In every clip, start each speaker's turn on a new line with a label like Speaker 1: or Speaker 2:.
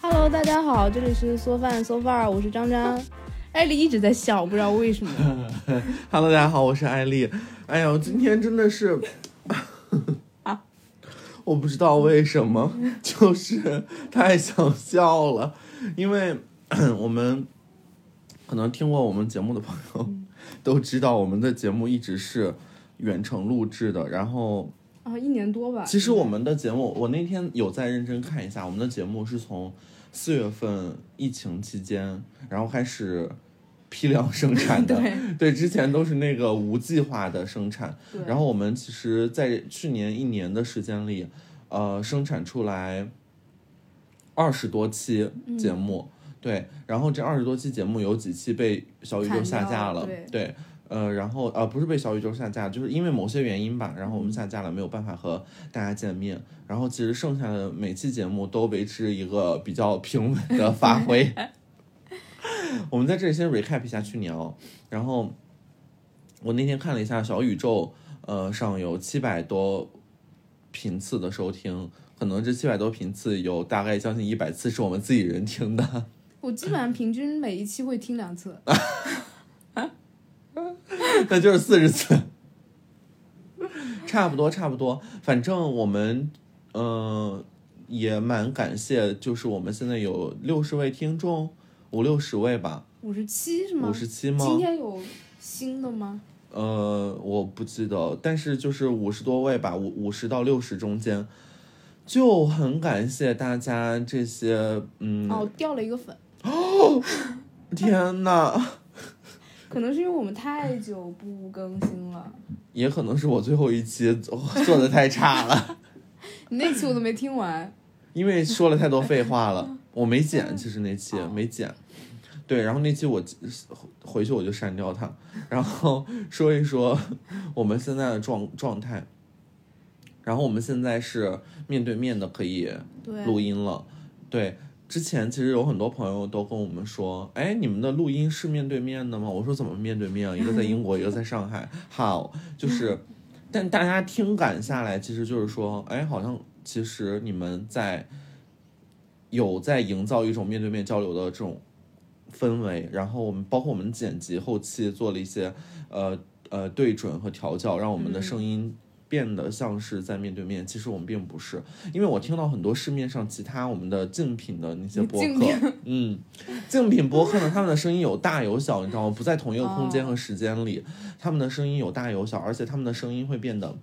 Speaker 1: Hello，大家好，这里是缩饭缩范儿，我是张 张。艾丽一直在笑，不知道为什么。
Speaker 2: Hello，大家好，我是艾丽。哎呀，我今天真的是， 我不知道为什么，就是太想笑了，因为我们可能听过我们节目的朋友都知道，我们的节目一直是远程录制的。然后，
Speaker 1: 啊，一年多吧。
Speaker 2: 其实我们的节目，我那天有在认真看一下，我们的节目是从四月份疫情期间，然后开始批量生产的。
Speaker 1: 对
Speaker 2: 对，之前都是那个无计划的生产，
Speaker 1: 对
Speaker 2: 然后我们其实，在去年一年的时间里，呃，生产出来二十多期节目，
Speaker 1: 嗯
Speaker 2: 对，然后这二十多期节目有几期被小宇宙
Speaker 1: 砍
Speaker 2: 下
Speaker 1: 掉
Speaker 2: 架
Speaker 1: 了
Speaker 2: 了，
Speaker 1: 对
Speaker 2: 呃，然后呃，不是被小宇宙下架，就是因为某些原因吧，然后我们下架了，没有办法和大家见面。然后其实剩下的每期节目都维持一个比较平稳的发 挥。我们在这里先 recap 一下去年哦，然后我那天看了一下小宇宙，呃，上有七百多频次的收听，可能这七百多频次有大概将近一百次是我们自己人听的。
Speaker 1: 我基本上平均每一期会听两次。
Speaker 2: 那就是四十次， 差不多差不多。反正我们，嗯、也蛮感谢，就是我们现在有六十位听众，五六十位吧，
Speaker 1: 五十七是吗？
Speaker 2: 五十七吗？
Speaker 1: 今天有新的吗？
Speaker 2: 呃，我不记得，但是就是五十多位吧，五五十到六十中间，就很感谢大家这些，嗯，
Speaker 1: 哦，掉了一个粉，
Speaker 2: 天呐，
Speaker 1: 可能是因为我们太久不更新了。
Speaker 2: 也可能是我最后一期做做的太差了。
Speaker 1: 你那期我都没听完。
Speaker 2: 因为说了太多废话了，我没剪，其实那期没剪。对，然后那期我回去我就删掉它，然后说一说我们现在的状状态。然后我们现在是面对面的可以
Speaker 1: 对，
Speaker 2: 录音了，对。之前其实有很多朋友都跟我们说，哎，你们的录音是面对面的吗？我说怎么面对面啊？一个在英国，一个在上海。好，就是， 但大家听感下来，其实就是说，哎，好像其实你们在有在营造一种面对面交流的这种氛围。然后我们包括我们剪辑后期做了一些呃呃对准和调教，让我们的声音变得像是在面对面。其实我们并不是，因为我听到很多市面上其他我们的竞品的那些播
Speaker 1: 竞
Speaker 2: 客，嗯，竞品播客呢，他们的声音有大有小，你知道吗？不在同一个空间和时间里，他们的声音有大有小，而且他们的声音会变得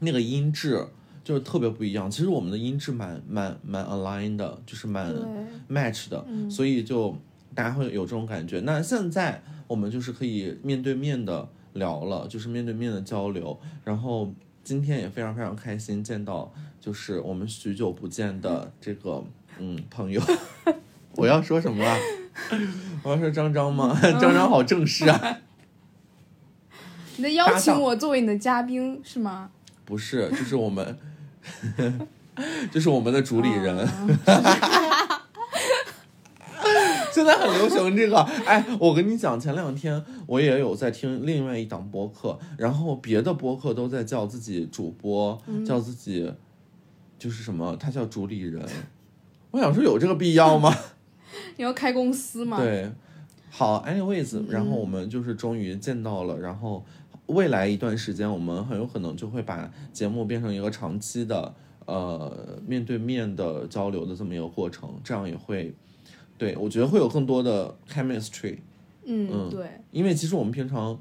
Speaker 2: 那个音质。就是特别不一样，其实我们的音质蛮蛮蛮 align 的，就是蛮
Speaker 1: 对，
Speaker 2: match 的，所以就大家会有这种感觉。那现在我们就是可以面对面的聊了，就是面对面的交流。然后今天也非常非常开心见到，就是我们许久不见的这个嗯朋友。 我要说什么啊？ 我要说张张吗？张张好正式啊！
Speaker 1: 你在邀
Speaker 2: 搭
Speaker 1: 请
Speaker 2: 档
Speaker 1: 我作为你的嘉宾是吗？
Speaker 2: 不是，就是我们， 就是我们的主理人。 现在很流行这个，哎，我跟你讲，前两天我也有在听另外一档播客，然后别的播客都在叫自己主播，叫自己就是什么，他叫主理人。我想说，有这个必要吗？
Speaker 1: 你要开公司吗？嗯
Speaker 2: 对，好，anyways，然后我们就是终于见到了，然后未来一段时间，我们很有可能就会把节目变成一个长期的呃面对面的交流的这么一个过程，这样也会，对我觉得会有更多的 chemistry，
Speaker 1: 嗯，
Speaker 2: 嗯
Speaker 1: 对，
Speaker 2: 因为其实我们平常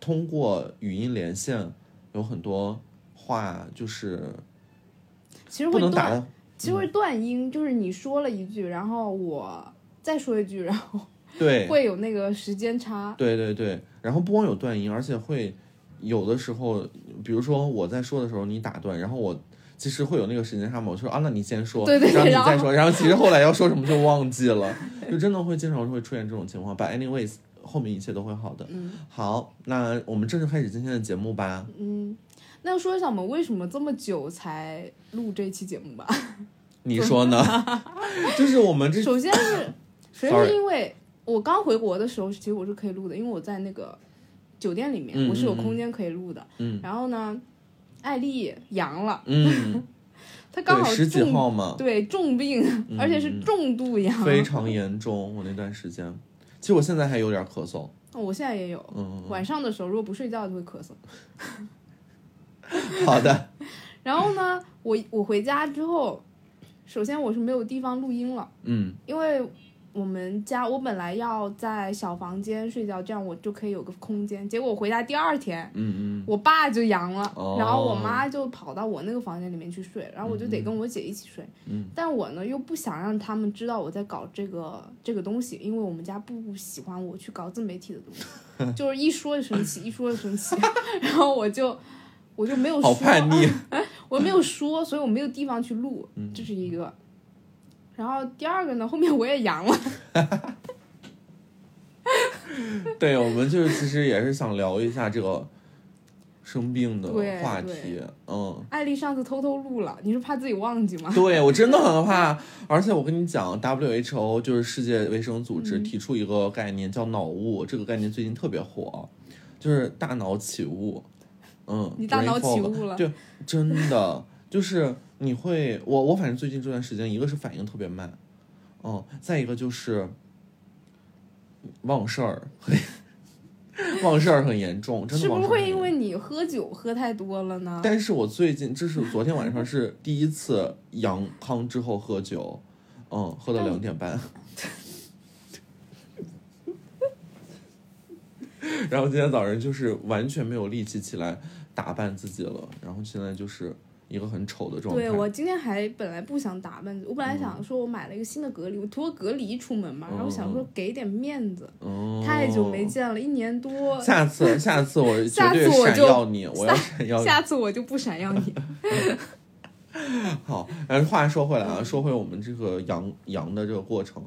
Speaker 2: 通过语音连线有很多话就是
Speaker 1: 其实
Speaker 2: 不
Speaker 1: 会啊
Speaker 2: 能
Speaker 1: 断
Speaker 2: 打的，
Speaker 1: 其实会断音，就是你说了一句，然后我再说一句，然后
Speaker 2: 对，
Speaker 1: 会有那个时间差。
Speaker 2: 对对对，然后不光有断音，而且会有的时候，比如说我在说的时候你打断，然后我其实会有那个时间差嘛，我说啊，那你先说，
Speaker 1: 对对对然
Speaker 2: 然后你
Speaker 1: 后
Speaker 2: 再说，然后其实后来要说什么就忘记了，就真的会经常会出现这种情 况。But anyways，后面一切都会好的。
Speaker 1: 嗯
Speaker 2: 好，那我们正式开始今天的节目吧。
Speaker 1: 嗯，那说一下我们为什么这么久才录这期节目吧。
Speaker 2: 你 说呢？就是我们这
Speaker 1: 首先 是，首先
Speaker 2: Sorry
Speaker 1: 是因为我刚回国的时候，其实我是可以录的，因为我在那个酒店里面，
Speaker 2: 嗯
Speaker 1: 我是有
Speaker 2: 嗯嗯
Speaker 1: 空间可以录的。
Speaker 2: 嗯
Speaker 1: 然后呢，艾丽阳了，
Speaker 2: 嗯，
Speaker 1: 他刚
Speaker 2: 对
Speaker 1: 好
Speaker 2: 十几
Speaker 1: 重
Speaker 2: 号嘛，
Speaker 1: 对重病，而且是重度阳。
Speaker 2: 非常严重。我那段时间，其实我现在还有点咳嗽，
Speaker 1: 我现在也有，
Speaker 2: 嗯，
Speaker 1: 晚上的时候如果不睡觉就会咳嗽。
Speaker 2: 好的，
Speaker 1: 然后呢，我我回家之后，首先我是没有地方录音了，
Speaker 2: 嗯
Speaker 1: 因为我们家我本来要在小房间睡觉，这样我就可以有个空间。结果我回家第二天，
Speaker 2: 嗯嗯，
Speaker 1: 我爸就阳了，
Speaker 2: 哦
Speaker 1: 然后我妈就跑到我那个房间里面去睡，然后我就得跟我姐一起睡。
Speaker 2: 嗯
Speaker 1: 但我呢又不想让他们知道我在搞这个这个东西，因为我们家不喜欢我去搞自媒体的东西， 就是一说就生气，一说就生气， 然后我就我就没 有
Speaker 2: 好
Speaker 1: 说，
Speaker 2: 叛逆，
Speaker 1: 我没有说，所以我没有地方去录，
Speaker 2: 嗯
Speaker 1: 这是一个。然后第二个呢，后面我也阳了，
Speaker 2: 对我们就是其实也是想聊一下这个生病的
Speaker 1: 对
Speaker 2: 话
Speaker 1: 对
Speaker 2: 题，嗯。
Speaker 1: 艾丽上次偷偷录了，你是怕自己忘记吗？
Speaker 2: 对我真的很怕，而且我跟你讲，WHO 就是世界卫生组
Speaker 1: 嗯
Speaker 2: 织提出一个概念叫脑雾，这个概念最近特别火，就是大脑起雾。嗯，
Speaker 1: 你大脑
Speaker 2: brain
Speaker 1: 起
Speaker 2: fog
Speaker 1: 雾了
Speaker 2: 就真的就是你会，我我反正最近这段时间，一个是反应特别慢，嗯，再一个就是忘事儿， 忘事儿很严重，真的
Speaker 1: 是
Speaker 2: 忘
Speaker 1: 不
Speaker 2: 事
Speaker 1: 是
Speaker 2: 儿很
Speaker 1: 会
Speaker 2: 严重
Speaker 1: 因为你喝酒喝太多了呢？
Speaker 2: 但是我最近，这是昨天晚上是第一次阳康之后喝酒，嗯，喝到两点半，然后今天早上就是完全没有力气起来打扮自己了，然后现在就是一个很丑的状态。嗯
Speaker 1: 对我今天还本来不想打扮，我本来想说我买了一个新的隔离，我涂了隔离出门嘛，然后想
Speaker 2: 哦
Speaker 1: 说给点面子，
Speaker 2: 嗯，
Speaker 1: 太久没。见了，一年多，
Speaker 2: 下次，下次我绝
Speaker 1: 下
Speaker 2: 对
Speaker 1: 次我
Speaker 2: 闪
Speaker 1: 就
Speaker 2: 耀你，我要闪耀你。
Speaker 1: 下次我就不闪耀你。
Speaker 2: 好，但是话说回来啊，说回我们这个阳阳的这个过程，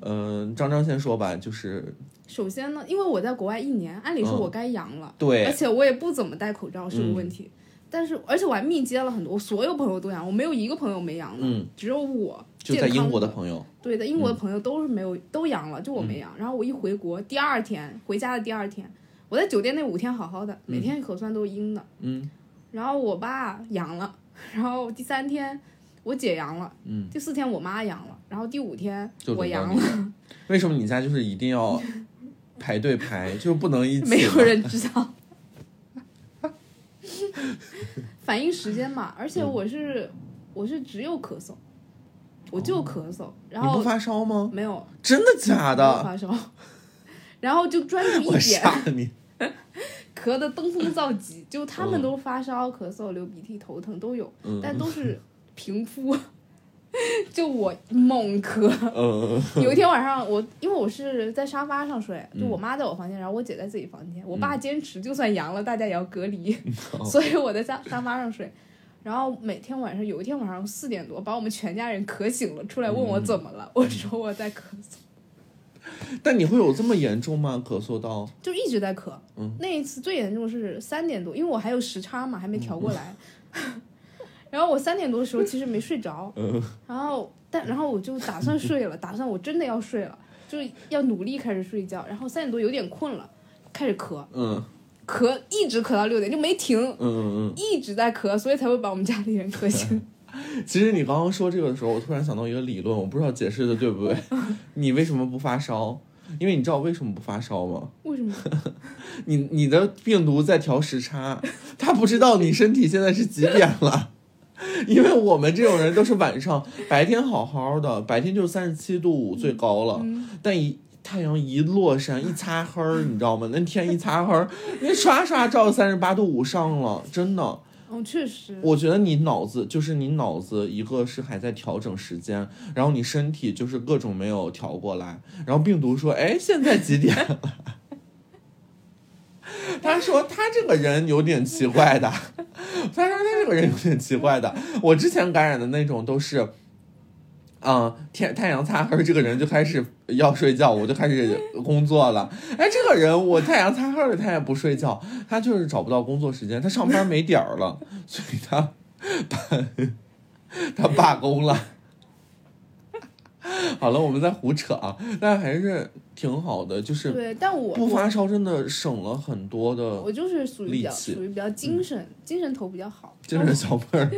Speaker 2: 嗯、张张先说吧，就是
Speaker 1: 首先呢，因为我在国外一年，按理
Speaker 2: 嗯
Speaker 1: 说我该阳了，
Speaker 2: 对，嗯
Speaker 1: 而且我也不怎么戴口罩是个问题，但是而且我还密接了很多，我所有朋友都阳，我没有一个朋友没阳的，
Speaker 2: 嗯
Speaker 1: 只有我
Speaker 2: 就在
Speaker 1: 健
Speaker 2: 英
Speaker 1: 康
Speaker 2: 国的嗯朋友，
Speaker 1: 对的，英国的朋友都是没有、都阳了，就我没阳。
Speaker 2: 嗯
Speaker 1: 然后我一回国，第二天回家的第二天，我在酒店那五天好好的，每天核酸都是阴的。
Speaker 2: 嗯。
Speaker 1: 然后我爸阳了，然后第三天我姐阳了，
Speaker 2: 嗯。
Speaker 1: 第四天我妈阳了，然后第五天
Speaker 2: 就
Speaker 1: 我
Speaker 2: 轮到
Speaker 1: 阳
Speaker 2: 你
Speaker 1: 了，
Speaker 2: 了。为什么你家就是一 定要排队排，就是不能一起？
Speaker 1: 没有。人知 道。反应时间嘛，而且
Speaker 2: 嗯
Speaker 1: 我是、我是只有咳嗽，我就咳嗽，然
Speaker 2: 哦你不
Speaker 1: 后
Speaker 2: 发烧吗？
Speaker 1: 没有
Speaker 2: 真的假
Speaker 1: 没有
Speaker 2: 的？
Speaker 1: 发烧， 然后就专注
Speaker 2: 我
Speaker 1: 一点。
Speaker 2: 吓你！
Speaker 1: 咳得登峰造极，就他们都发烧、咳嗽、流鼻涕、头疼都有，
Speaker 2: 嗯
Speaker 1: 但都是平铺。 就我猛咳，
Speaker 2: 呃，
Speaker 1: 有一天晚上我因为我是在沙发上睡，就
Speaker 2: 嗯
Speaker 1: 我妈在我房间，然后我姐在自己房间，我爸坚持就算阳了，大家也要隔离， 所以我在沙沙发上睡。然后每天晚上，有一天晚上四点多，把我们全家人咳醒了，出来问我怎么了，我说我在咳嗽，
Speaker 2: 但你会有这么严重吗？咳嗽到
Speaker 1: 就一直在咳。
Speaker 2: 嗯
Speaker 1: 那一次最严重是三点多，因为我还有时差嘛，还没调
Speaker 2: 嗯
Speaker 1: 过来。 然后我三点多的时候其实没睡着，
Speaker 2: 嗯
Speaker 1: 然后但然后我就打算睡了，打算我真的要睡了，就要努力开始睡觉。然后三点多有点困了，开始咳，
Speaker 2: 嗯
Speaker 1: 咳一直咳到六点就没停，
Speaker 2: 嗯嗯
Speaker 1: 一直在咳，所以才会把我们家里人咳 醒。
Speaker 2: 嗯。其实你刚刚说这个的时候，我突然想到一个理论，我不知道解释的对不 对。你为什么不发烧？因为你知道为什么不发烧吗？
Speaker 1: 为什么？
Speaker 2: 你你的病毒在调时差，它不知道你身体现在是几点了。因为我们这种人都是晚上，白天好好的，白天就三十七度五最高了，但一太阳一落山一擦黑儿，你知道吗？那天一擦黑儿，那刷刷照三十八度五上了，真的。
Speaker 1: 嗯，确实，
Speaker 2: 我觉得你脑子就是你脑子，一个是还在调整时间，然后你身体就是各种没有调过来，然后病毒说，哎，现在几点了？ 他说他这个人有点奇怪的， 他说他这个人有点奇怪的。我之前感染的那种都是，嗯、天太阳擦黑，这个人就开始要睡觉，我就开始工作了。哎，这个人我太阳擦黑了，他也不睡觉，他就是找不到工作时间，他上班没点儿了，所以他他他罢工了。 好了，我们在胡扯啊，但还是挺好的，就是
Speaker 1: 对，但我
Speaker 2: 不
Speaker 1: 我
Speaker 2: 发烧真的省了很多的
Speaker 1: 我就是属于比较
Speaker 2: 力气嗯
Speaker 1: 属于比较精神、精神头比较好。
Speaker 2: 精神小妹儿，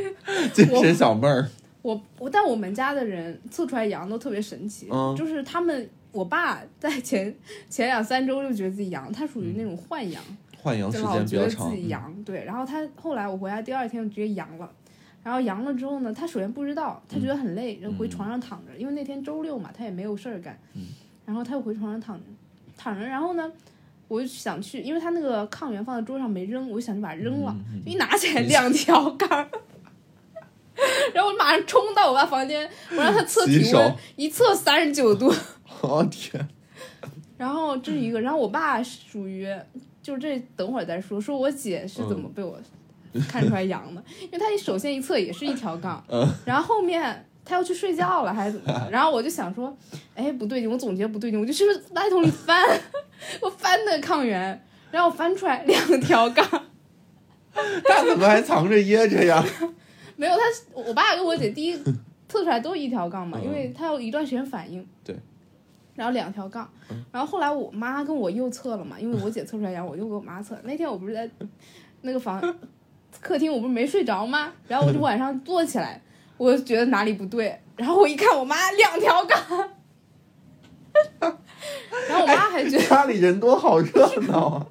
Speaker 2: 精神小妹儿，
Speaker 1: 我我但我们家的人测出来阳都特别神奇，
Speaker 2: 嗯
Speaker 1: 就是他们我爸在前前两三周就觉得自己阳，他属于那种患阳，
Speaker 2: 换阳
Speaker 1: 就
Speaker 2: 嗯时
Speaker 1: 老
Speaker 2: 间比
Speaker 1: 觉
Speaker 2: 较
Speaker 1: 得
Speaker 2: 长嗯
Speaker 1: 自，己阳，对。然后他后来我回来第二天就直接阳了，然后阳了之后呢，他首先不知道，他觉
Speaker 2: 嗯
Speaker 1: 得很累，就回床上躺着，因为那天周六嘛，他也没有事儿干，
Speaker 2: 嗯
Speaker 1: 然后他又回床上躺着，躺着，然后呢，我就想去，因为他那个抗原放在桌上没扔，我就想去把它扔了，
Speaker 2: 嗯嗯
Speaker 1: 就一拿起来两条杆儿。然后我马上冲到我爸房间，我让他测
Speaker 2: 洗
Speaker 1: 体温
Speaker 2: 手，
Speaker 1: 一测三十九度，
Speaker 2: 哦天，
Speaker 1: 然后这是一个，然后我爸是属于，就这等会儿再说，说我姐是怎么
Speaker 2: 嗯
Speaker 1: 被我看出来阳的，因为她一首先一测也是一条杠，
Speaker 2: 嗯
Speaker 1: 然后后面她要去睡觉了还是怎么着， 然后我就想说，哎不对劲，我总结不对劲，我就去垃圾桶里翻， 我翻那个抗原，然后我翻出来两条杠，
Speaker 2: 他怎么还藏着掖着 呀？
Speaker 1: 没有，他是我爸跟我姐 第一测出来都是一条杠嘛，
Speaker 2: 嗯
Speaker 1: 因为他有一段时间反应。
Speaker 2: 对。嗯
Speaker 1: 然后两条杠，然后后来我妈跟我又测了嘛，因为我姐测出来阳，我又给我妈测。那天我不是在那个房客厅，我不是没睡着吗？然后我就晚上坐起来，我就觉得哪里不对，然后我一看我妈两条杠， 然后我妈还觉得，
Speaker 2: 家里人多好热闹啊！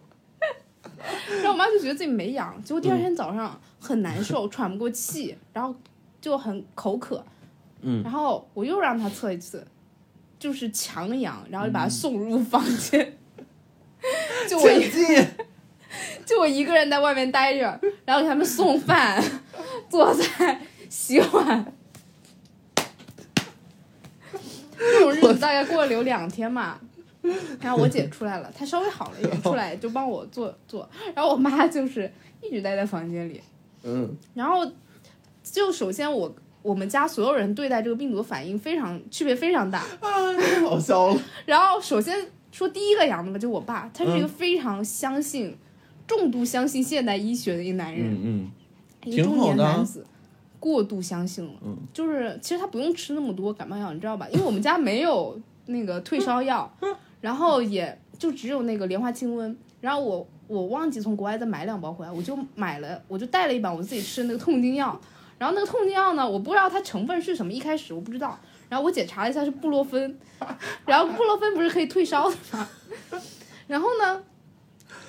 Speaker 1: 然后我妈就觉得自己没阳，结果第二天早上很难受，喘不过气，然后就很口渴，
Speaker 2: 嗯，
Speaker 1: 然后我又让他测一次，就是强阳，然后就把他送入房间。 就我一
Speaker 2: 切记，
Speaker 1: 就我一个人在外面待着，然后给他们送饭、 做菜、洗碗。这种日子大概过了有两天嘛，然后我姐出来了，她稍微好了一点，出来就帮我做做，然后我妈就是一直待在房间里，
Speaker 2: 嗯，
Speaker 1: 然后就首先我我们家所有人对待这个病毒的反应非常区别非常大，
Speaker 2: 啊，太好笑了，
Speaker 1: 然后首先说第一个阳的吧，就我爸，他是一个非常相信、重度相信现代医学的一个男人，
Speaker 2: 嗯
Speaker 1: 哎一个中
Speaker 2: 挺好
Speaker 1: 年
Speaker 2: 的啊
Speaker 1: 男子，过度相信了。
Speaker 2: 嗯
Speaker 1: 就是其实他不用吃那么多感冒药，你知道吧？因为我们家没有那个退烧药，
Speaker 2: 嗯
Speaker 1: 然后也就只有那个莲花清瘟。然后我我忘记从国外再买两包回来，我就买了，我就带了一把我自己吃的那个痛经药。然后那个痛经药呢，我不知道它成分是什么，一开始我不知道。然后我检查了一下是布洛芬， 然后布洛芬不是可以退烧的吗？然后呢，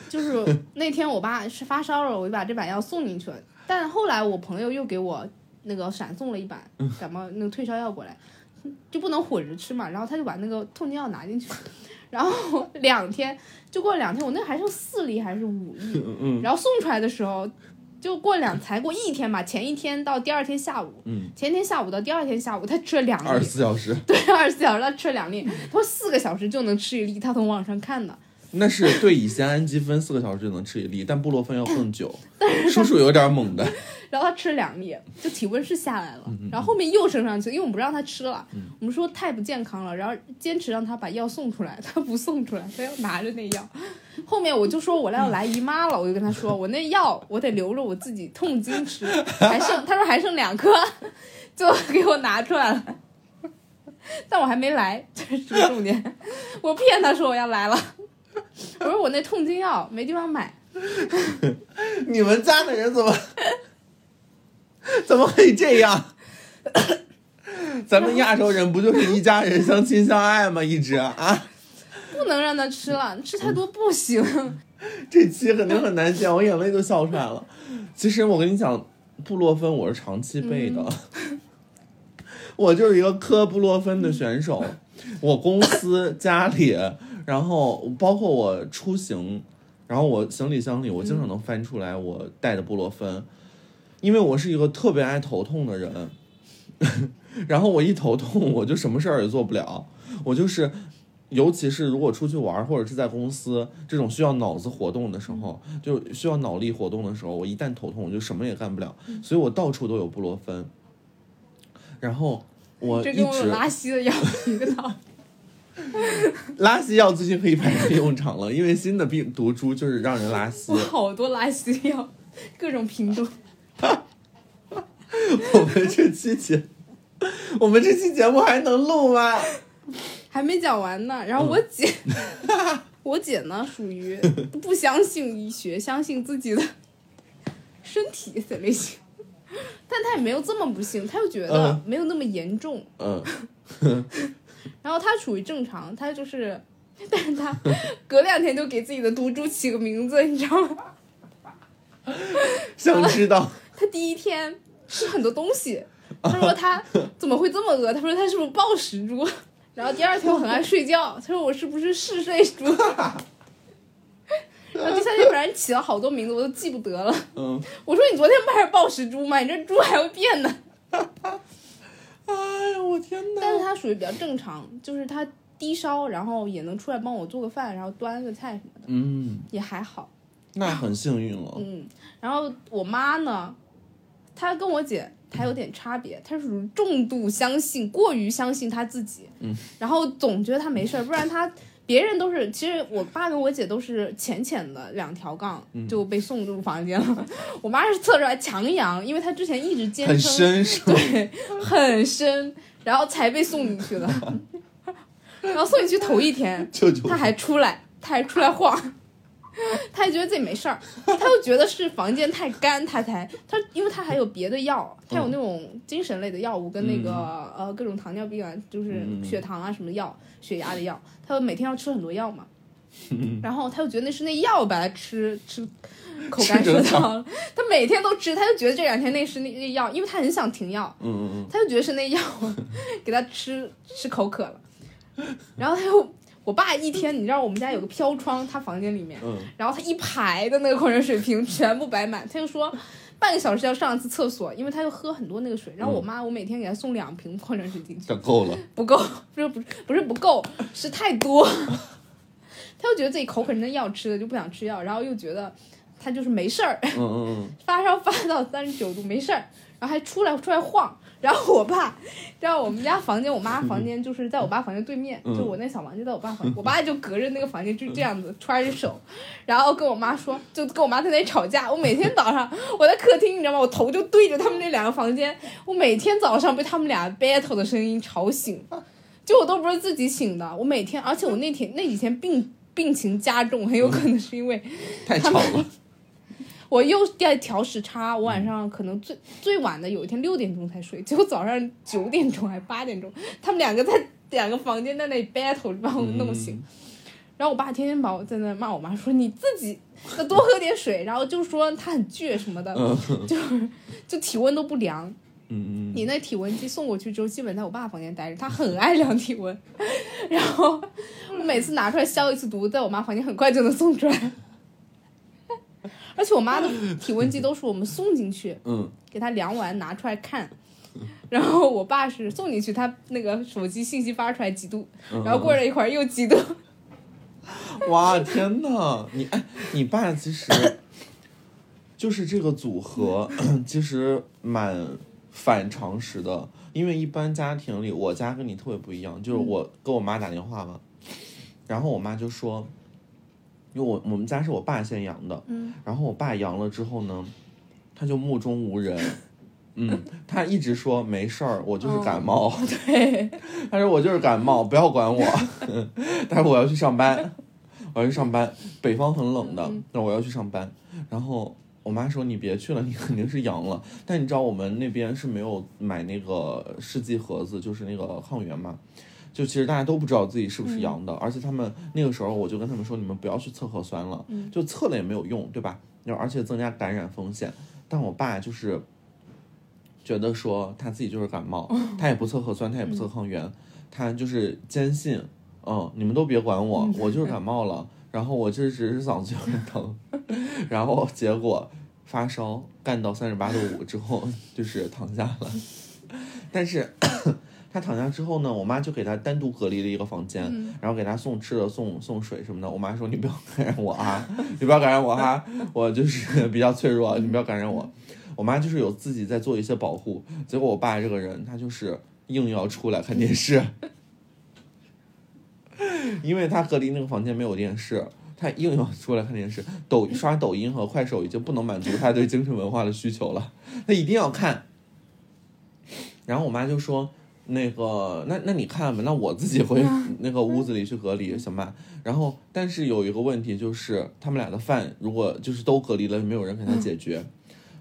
Speaker 1: 就是那天我爸是发烧了，我就把这把药送进去了。但后来我朋友又给我那个闪送了一把
Speaker 2: 嗯
Speaker 1: 感冒那个退烧药过来，就不能混着吃嘛。然后他就把那个痛经药拿进去， 然后两天就过了两天，我那还剩四粒还是五粒，
Speaker 2: 嗯嗯
Speaker 1: 然后送出来的时候，就过两才过一天吧，前一天到第二天下午，
Speaker 2: 嗯，
Speaker 1: 前一天下午到第二天下午，他吃了两
Speaker 2: 二
Speaker 1: 粒
Speaker 2: 十，四小时，
Speaker 1: 对，二十四小时他吃了两粒，他说四个小时就能吃一粒，他从网上看的，
Speaker 2: 那是对乙酰氨基酚四个小时就能吃一粒，但布洛芬要 更久。叔叔有点猛的，
Speaker 1: 然后他吃了两粒，就体温是下来了，然后后面又升上去，因为我们不让他吃了，我们说太不健康了，然后坚持让他把药送出来，他不送出来，他要拿着那药。后面我就说我要来姨妈了，我就跟他说我那药我得留着我自己痛经吃，还剩他说还剩两颗，就给我拿出来了。但我还没来，这是个重点。我骗他说我要来了， 我说我那痛经药没地方买，
Speaker 2: 你们家的人怎么怎么可以这样？咱们亚洲人不就是一家人相亲相爱吗？一直啊，
Speaker 1: 不能让他吃了，吃太多不行。
Speaker 2: 这期肯定很难剪，我眼泪都笑出来了。其实我跟你讲，布洛芬我是长期备的，
Speaker 1: 嗯
Speaker 2: 我就是一个磕布洛芬的选手。我公司、家里，然后包括我出行，然后我行李箱里，我经
Speaker 1: 嗯
Speaker 2: 常能翻出来我带的布洛芬，因为我是一个特别爱头痛的人。 然后我一头痛，我就什么事儿也做不了，我就是尤其是如果出去玩儿或者是在公司这种需要脑子活动的时候，
Speaker 1: 嗯
Speaker 2: 就需要脑力活动的时候，我一旦头痛，我就什么也干不了，
Speaker 1: 嗯
Speaker 2: 所以我到处都有布洛芬。然后我
Speaker 1: 这
Speaker 2: 一
Speaker 1: 跟我有
Speaker 2: 直
Speaker 1: 拉稀的药一个道理。
Speaker 2: 拉稀药最近可以派上用场了，因为新的病毒株就是让人拉稀
Speaker 1: 我。好多拉稀药，各种品种。
Speaker 2: 我们这期节我们这期节目还能录吗？
Speaker 1: 还没讲完呢。然后
Speaker 2: 嗯
Speaker 1: 我姐， 我姐呢属于不相信医学，相信自己的身体怎么行，但她也没有这么不幸，她又觉得
Speaker 2: 嗯
Speaker 1: 没有那么严重。
Speaker 2: 嗯，
Speaker 1: 然后她处于正常，她就是， 但是她隔两天就给自己的毒株起个名字，你知道吗？
Speaker 2: 想知道，
Speaker 1: 她第一天吃很多东西，她说她怎么会这么饿？她说她是不是暴食猪？然后第二天我很爱睡觉，她说我是不是嗜睡猪？ 然后第三天本来起了好多名字，我都记不得了。
Speaker 2: 嗯，
Speaker 1: 我说你昨天不还是暴食猪吗？你这猪还会变呢。
Speaker 2: 哎呀，我天
Speaker 1: 但是
Speaker 2: 哪！
Speaker 1: 她属于比较正常，就是她低烧，然后也能出来帮我做个饭，然后端个菜什么的，
Speaker 2: 嗯，
Speaker 1: 也还好。
Speaker 2: 那很幸运了。
Speaker 1: 嗯，然后我妈呢，她跟我姐还有点差别，她属于重度相信，过于相信她自己，
Speaker 2: 嗯，
Speaker 1: 然后总觉得她没事儿，不然她别人都是，其实我爸跟我姐都是浅浅的两条杠、
Speaker 2: 嗯
Speaker 1: 就被送入房间了， 我妈是测出来强阳，因为她之前一直坚
Speaker 2: 很
Speaker 1: 称
Speaker 2: 绅士，
Speaker 1: 对很深，然后才被送进去的， 然后送进去头一天，
Speaker 2: 舅舅
Speaker 1: 他还出来，他还出来晃， 他还觉得自己没事儿，他又觉得是房间太干，他才他，因为他还有别的药，
Speaker 2: 嗯
Speaker 1: 他有那种精神类的药物跟那个、呃各种糖尿病啊，就是
Speaker 2: 嗯
Speaker 1: 血糖啊什么药、血压的药，他每天要吃很多药 嘛。然后他又觉得那是那药把他吃吃口干舌
Speaker 2: 吃
Speaker 1: 燥
Speaker 2: 成
Speaker 1: 了，他每天都吃，他就觉得这两天那是那那药，因为他很想停药，
Speaker 2: 嗯嗯
Speaker 1: 他就觉得是那药 给他吃吃口渴了，然后他又，我爸一天，你知道我们家有个飘窗，他房间里面，
Speaker 2: 嗯
Speaker 1: 然后他一排的那个矿泉水瓶 全部摆满，他就说半个小时要上一次厕所，因为他就喝很多那个水，然后我妈我每天给他送两瓶矿泉水进去
Speaker 2: 嗯，，攒够了。
Speaker 1: 不够，不是不是不是不够，是太多。 他又觉得自己口渴，真的药吃的就不想吃药，然后又觉得他就是没事儿，
Speaker 2: 嗯嗯
Speaker 1: 发烧发到三十九度没事儿，然后还出来出来晃。然后我爸，然后我们家房间，我妈房间就是在我爸房间对面，
Speaker 2: 嗯
Speaker 1: 就我那小房间在我爸房间，我爸就隔着那个房间就这样子揣着手，然后跟我妈说，就跟我妈在那里吵架。我每天早上我在客厅，你知道吗？我头就对着他们那两个房间，我每天早上被他们俩 battle 的声音吵醒， 就我都不是自己醒的。我每天，而且我那天那几天病病情加重，很有可能是因为
Speaker 2: 嗯，太吵了。
Speaker 1: 我又在调时差，我晚上可能最最晚的有一天六点钟才睡，结果早上九点钟还八点钟，他们两个在两个房间在那里 battle 把我弄醒。
Speaker 2: 嗯
Speaker 1: 然后我爸天天把我在那骂我妈说你自己再多喝点水，然后就说他很倔什么的，
Speaker 2: 嗯
Speaker 1: 就是就体温都不量。
Speaker 2: 嗯嗯
Speaker 1: 你那体温计送过去之后，基本在我爸房间待着，他很爱量体温。 然后我每次拿出来消一次毒，在我妈房间很快就能送出来。而且我妈的体温计都是我们送进去，
Speaker 2: 嗯
Speaker 1: 给她量完拿出来看。 然后我爸是送进去，他那个手机信息发出来几度，
Speaker 2: 嗯，
Speaker 1: 然后过了一会儿又几度。
Speaker 2: 哇，天呐，你哎，你爸其实就是这个组合，其实蛮反常识的。因为一般家庭里，我家跟你特别不一样，
Speaker 1: 嗯
Speaker 2: 就是我跟我妈打电话嘛，然后我妈就说，因为我我们家是我爸先阳的，
Speaker 1: 嗯
Speaker 2: 然后我爸阳了之后呢，他就目中无人， 嗯，他一直说没事儿，我就是感冒，
Speaker 1: 哦对，
Speaker 2: 他说我就是感冒，不要管我。 但是我要去上班，我要去上班。北方很冷的
Speaker 1: 嗯，
Speaker 2: 那我要去上班。然后我妈说你别去了，你肯定是阳了。但你知道我们那边是没有买那个试剂盒子，就是那个抗原嘛。就其实大家都不知道自己是不
Speaker 1: 嗯
Speaker 2: 是阳的，而且他们那个时候我就跟他们说，你们不要去测核酸了，
Speaker 1: 嗯
Speaker 2: 就测了也没有用，对吧？然后而且增加感染风险。但我爸就是觉得说他自己就是感
Speaker 1: 哦
Speaker 2: 冒，他也不测核酸，他也不测
Speaker 1: 嗯
Speaker 2: 抗原，他就是坚信，嗯，你们都别管我，我就是感冒了，然后我这只是嗓子有点疼， 然后结果发烧干到三十八度五之后，就是躺下了， 但是他躺下之后呢，我妈就给他单独隔离了一个房间，
Speaker 1: 嗯
Speaker 2: 然后给他送吃的、送送水什么的。我妈说：“你不要感染我啊， 你不要感染我哈、我就是比较脆弱，你不要感染我。”我妈就是有自己在做一些保护，结果我爸这个人他就是硬要出来看电视，因为他隔离那个房间没有电视，他硬要出来看电视。抖刷抖音和快手已经不能满足他对精神文化的需求了，他一定要看。然后我妈就说：“那个，那那你看吧，那我自己回那个屋子里去隔离，行吧？然后，但是有一个问题就是，他们俩的饭如果就是都隔离了，没有人给他解决。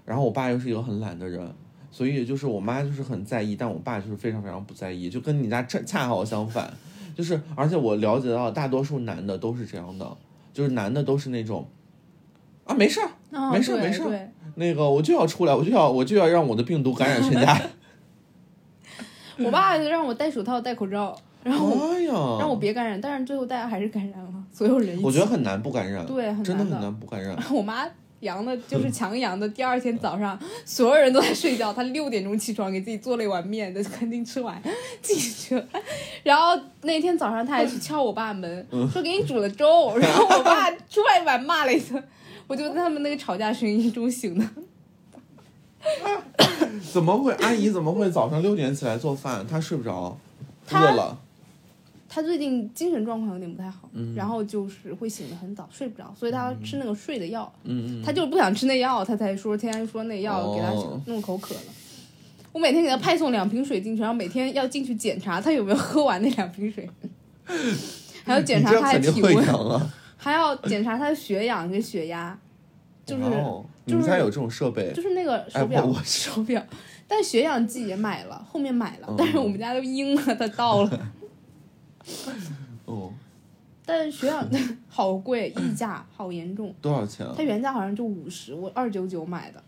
Speaker 2: 然后我爸又是一个很懒的人，所以就是我妈就是很在意，但我爸就是非常非常不在意，就跟你家恰恰好相反。就是而且我了解到，大多数男的都是这样的，就是男的都是那种啊没事儿，
Speaker 1: 啊
Speaker 2: 没事
Speaker 1: 对
Speaker 2: 没事
Speaker 1: 对
Speaker 2: 那个我就要出来，我就要我就要让我的病毒感染全家。
Speaker 1: 我爸让我戴手套、戴口罩， 然后
Speaker 2: 哎呀，
Speaker 1: 让我别感染，但是最后大家还是感染了，所有人一起。
Speaker 2: 我觉得很难不感染，
Speaker 1: 对，很
Speaker 2: 真的
Speaker 1: 难
Speaker 2: 很难不感染。
Speaker 1: 我妈阳的，就是强阳的。第二天早上，所有人都在睡觉，她六点钟起床，给自己做了一碗面，在餐厅吃完进去了。然后那天早上，她还去敲我爸门，说给你煮了粥。然后我爸出来晚骂了一顿，我就在他们那个吵架声音中醒的。
Speaker 2: 怎么会？阿姨怎么会早上六点起来做饭？她睡不着，饿
Speaker 1: 她
Speaker 2: 了。
Speaker 1: 她最近精神状况有点不太好，然后就是会醒得很早，睡不着，所以她吃那个睡的药。
Speaker 2: 嗯嗯，
Speaker 1: 他就是不想吃那药，他才说天天说那药、
Speaker 2: 哦
Speaker 1: 给他弄口渴了。我每天给他派送两瓶水进去，然后每天要进去检查他有没有喝完那两瓶 水，还要检查
Speaker 2: 你这
Speaker 1: 他的
Speaker 2: 肯定
Speaker 1: 体
Speaker 2: 会
Speaker 1: 温，
Speaker 2: 阳啊！
Speaker 1: 还要检查他的血氧跟血压，就是、
Speaker 2: 哇哦哎你
Speaker 1: 就
Speaker 2: 们
Speaker 1: 是
Speaker 2: 家有这种设备？
Speaker 1: 就是那个手
Speaker 2: Apple
Speaker 1: 表
Speaker 2: Watch
Speaker 1: 手表，但血氧计也买了，后面买了，
Speaker 2: 嗯
Speaker 1: 但是我们家都阴了，他到 了，
Speaker 2: 哦，
Speaker 1: 但是血 氧好贵，溢价好严重，
Speaker 2: 多少钱啊？
Speaker 1: 它原价好像就五十，我二九九买的，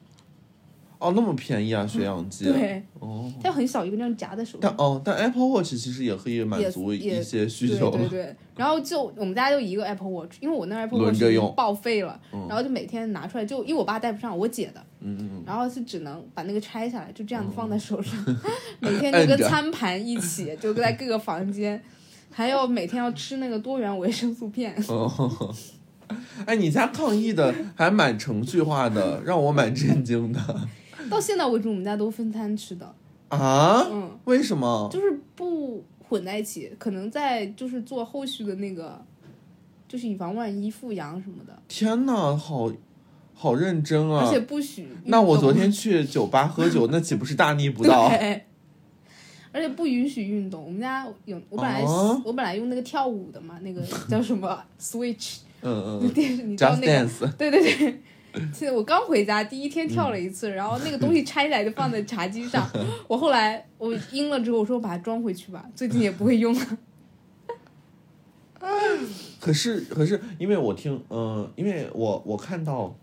Speaker 2: 哦，那么便宜啊，血氧计。
Speaker 1: 嗯对，
Speaker 2: 哦，
Speaker 1: 它很小一个那样夹在手上
Speaker 2: 但。哦，但 Apple Watch 其实也可以满足
Speaker 1: 也也
Speaker 2: 一些需求
Speaker 1: 对对对，然后就我们家就一个 Apple Watch，因为我那 Apple
Speaker 2: 轮
Speaker 1: Watch
Speaker 2: 着
Speaker 1: 已
Speaker 2: 用
Speaker 1: 经报废了，
Speaker 2: 嗯
Speaker 1: 然后就每天拿出来，就因为我爸戴不上，我姐的，
Speaker 2: 嗯嗯
Speaker 1: 然后是只能把那个拆下来，就这样
Speaker 2: 嗯
Speaker 1: 放在手上， 每天
Speaker 2: 摁
Speaker 1: 就跟
Speaker 2: 着
Speaker 1: 餐盘一起，就在各个房间，还要每天要吃那个多元维生素片。
Speaker 2: 嗯。哦，哎，你家抗疫的还蛮程序化的，让我蛮震惊的
Speaker 1: 到现在为止，我们家都分餐吃的，
Speaker 2: 啊！
Speaker 1: 嗯，
Speaker 2: 为什么？
Speaker 1: 就是不混在一起，可能在就是做后续的那个，就是以防万一复阳什么的，
Speaker 2: 天呐，好好认真啊！
Speaker 1: 而且不许运
Speaker 2: 那我
Speaker 1: 动
Speaker 2: 昨天去酒吧喝酒，那岂不是大逆不道？
Speaker 1: 对，而且不允许运动。我们家有我本来、
Speaker 2: 哦
Speaker 1: 我本来用那个跳舞的嘛，那 个叫什么 Switch
Speaker 2: 嗯嗯
Speaker 1: 电视，你知道
Speaker 2: ，Just
Speaker 1: 那个？
Speaker 2: Dance，
Speaker 1: 对对对。现在我刚回家，第一天跳了一次，然后那个东西拆下来就放在茶几上。
Speaker 2: 嗯
Speaker 1: 我后来我阴了之后，我说我把它装回去吧，最近也不会 用了。
Speaker 2: 可是可是，因为我听，嗯、因为我我看到，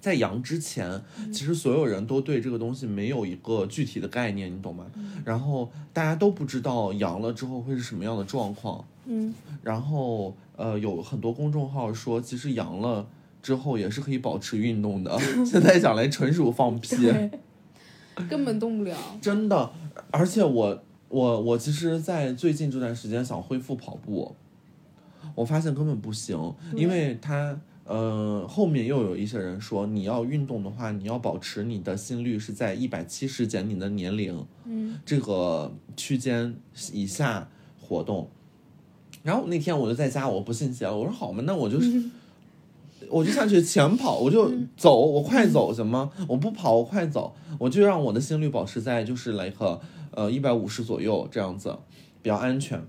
Speaker 2: 在阳之前，其实所有人都对这个东西没有一个具体的概念，你懂吗？
Speaker 1: 嗯
Speaker 2: 然后大家都不知道阳了之后会是什么样的状况，
Speaker 1: 嗯，
Speaker 2: 然后呃，有很多公众号说，其实阳了。之后也是可以保持运 动的，现在想来纯属放屁。
Speaker 1: 对，根本动不了。
Speaker 2: 真的，而且我我我其实，在最近这段时间想恢复跑步，我发现根本不行，
Speaker 1: 对
Speaker 2: 因为它呃后面又有一些人说，你要运动的话，你要保持你的心率是在一百七十减你的年龄
Speaker 1: 嗯，
Speaker 2: 这个区间以下活动。然后那天我就在家，我不信邪了，我说好嘛，那我就是。我就下去前跑，我就走，我快走行吗？我不跑，我快走，我就让我的心率保持在就是来个呃一百五十左右这样子，比较安全。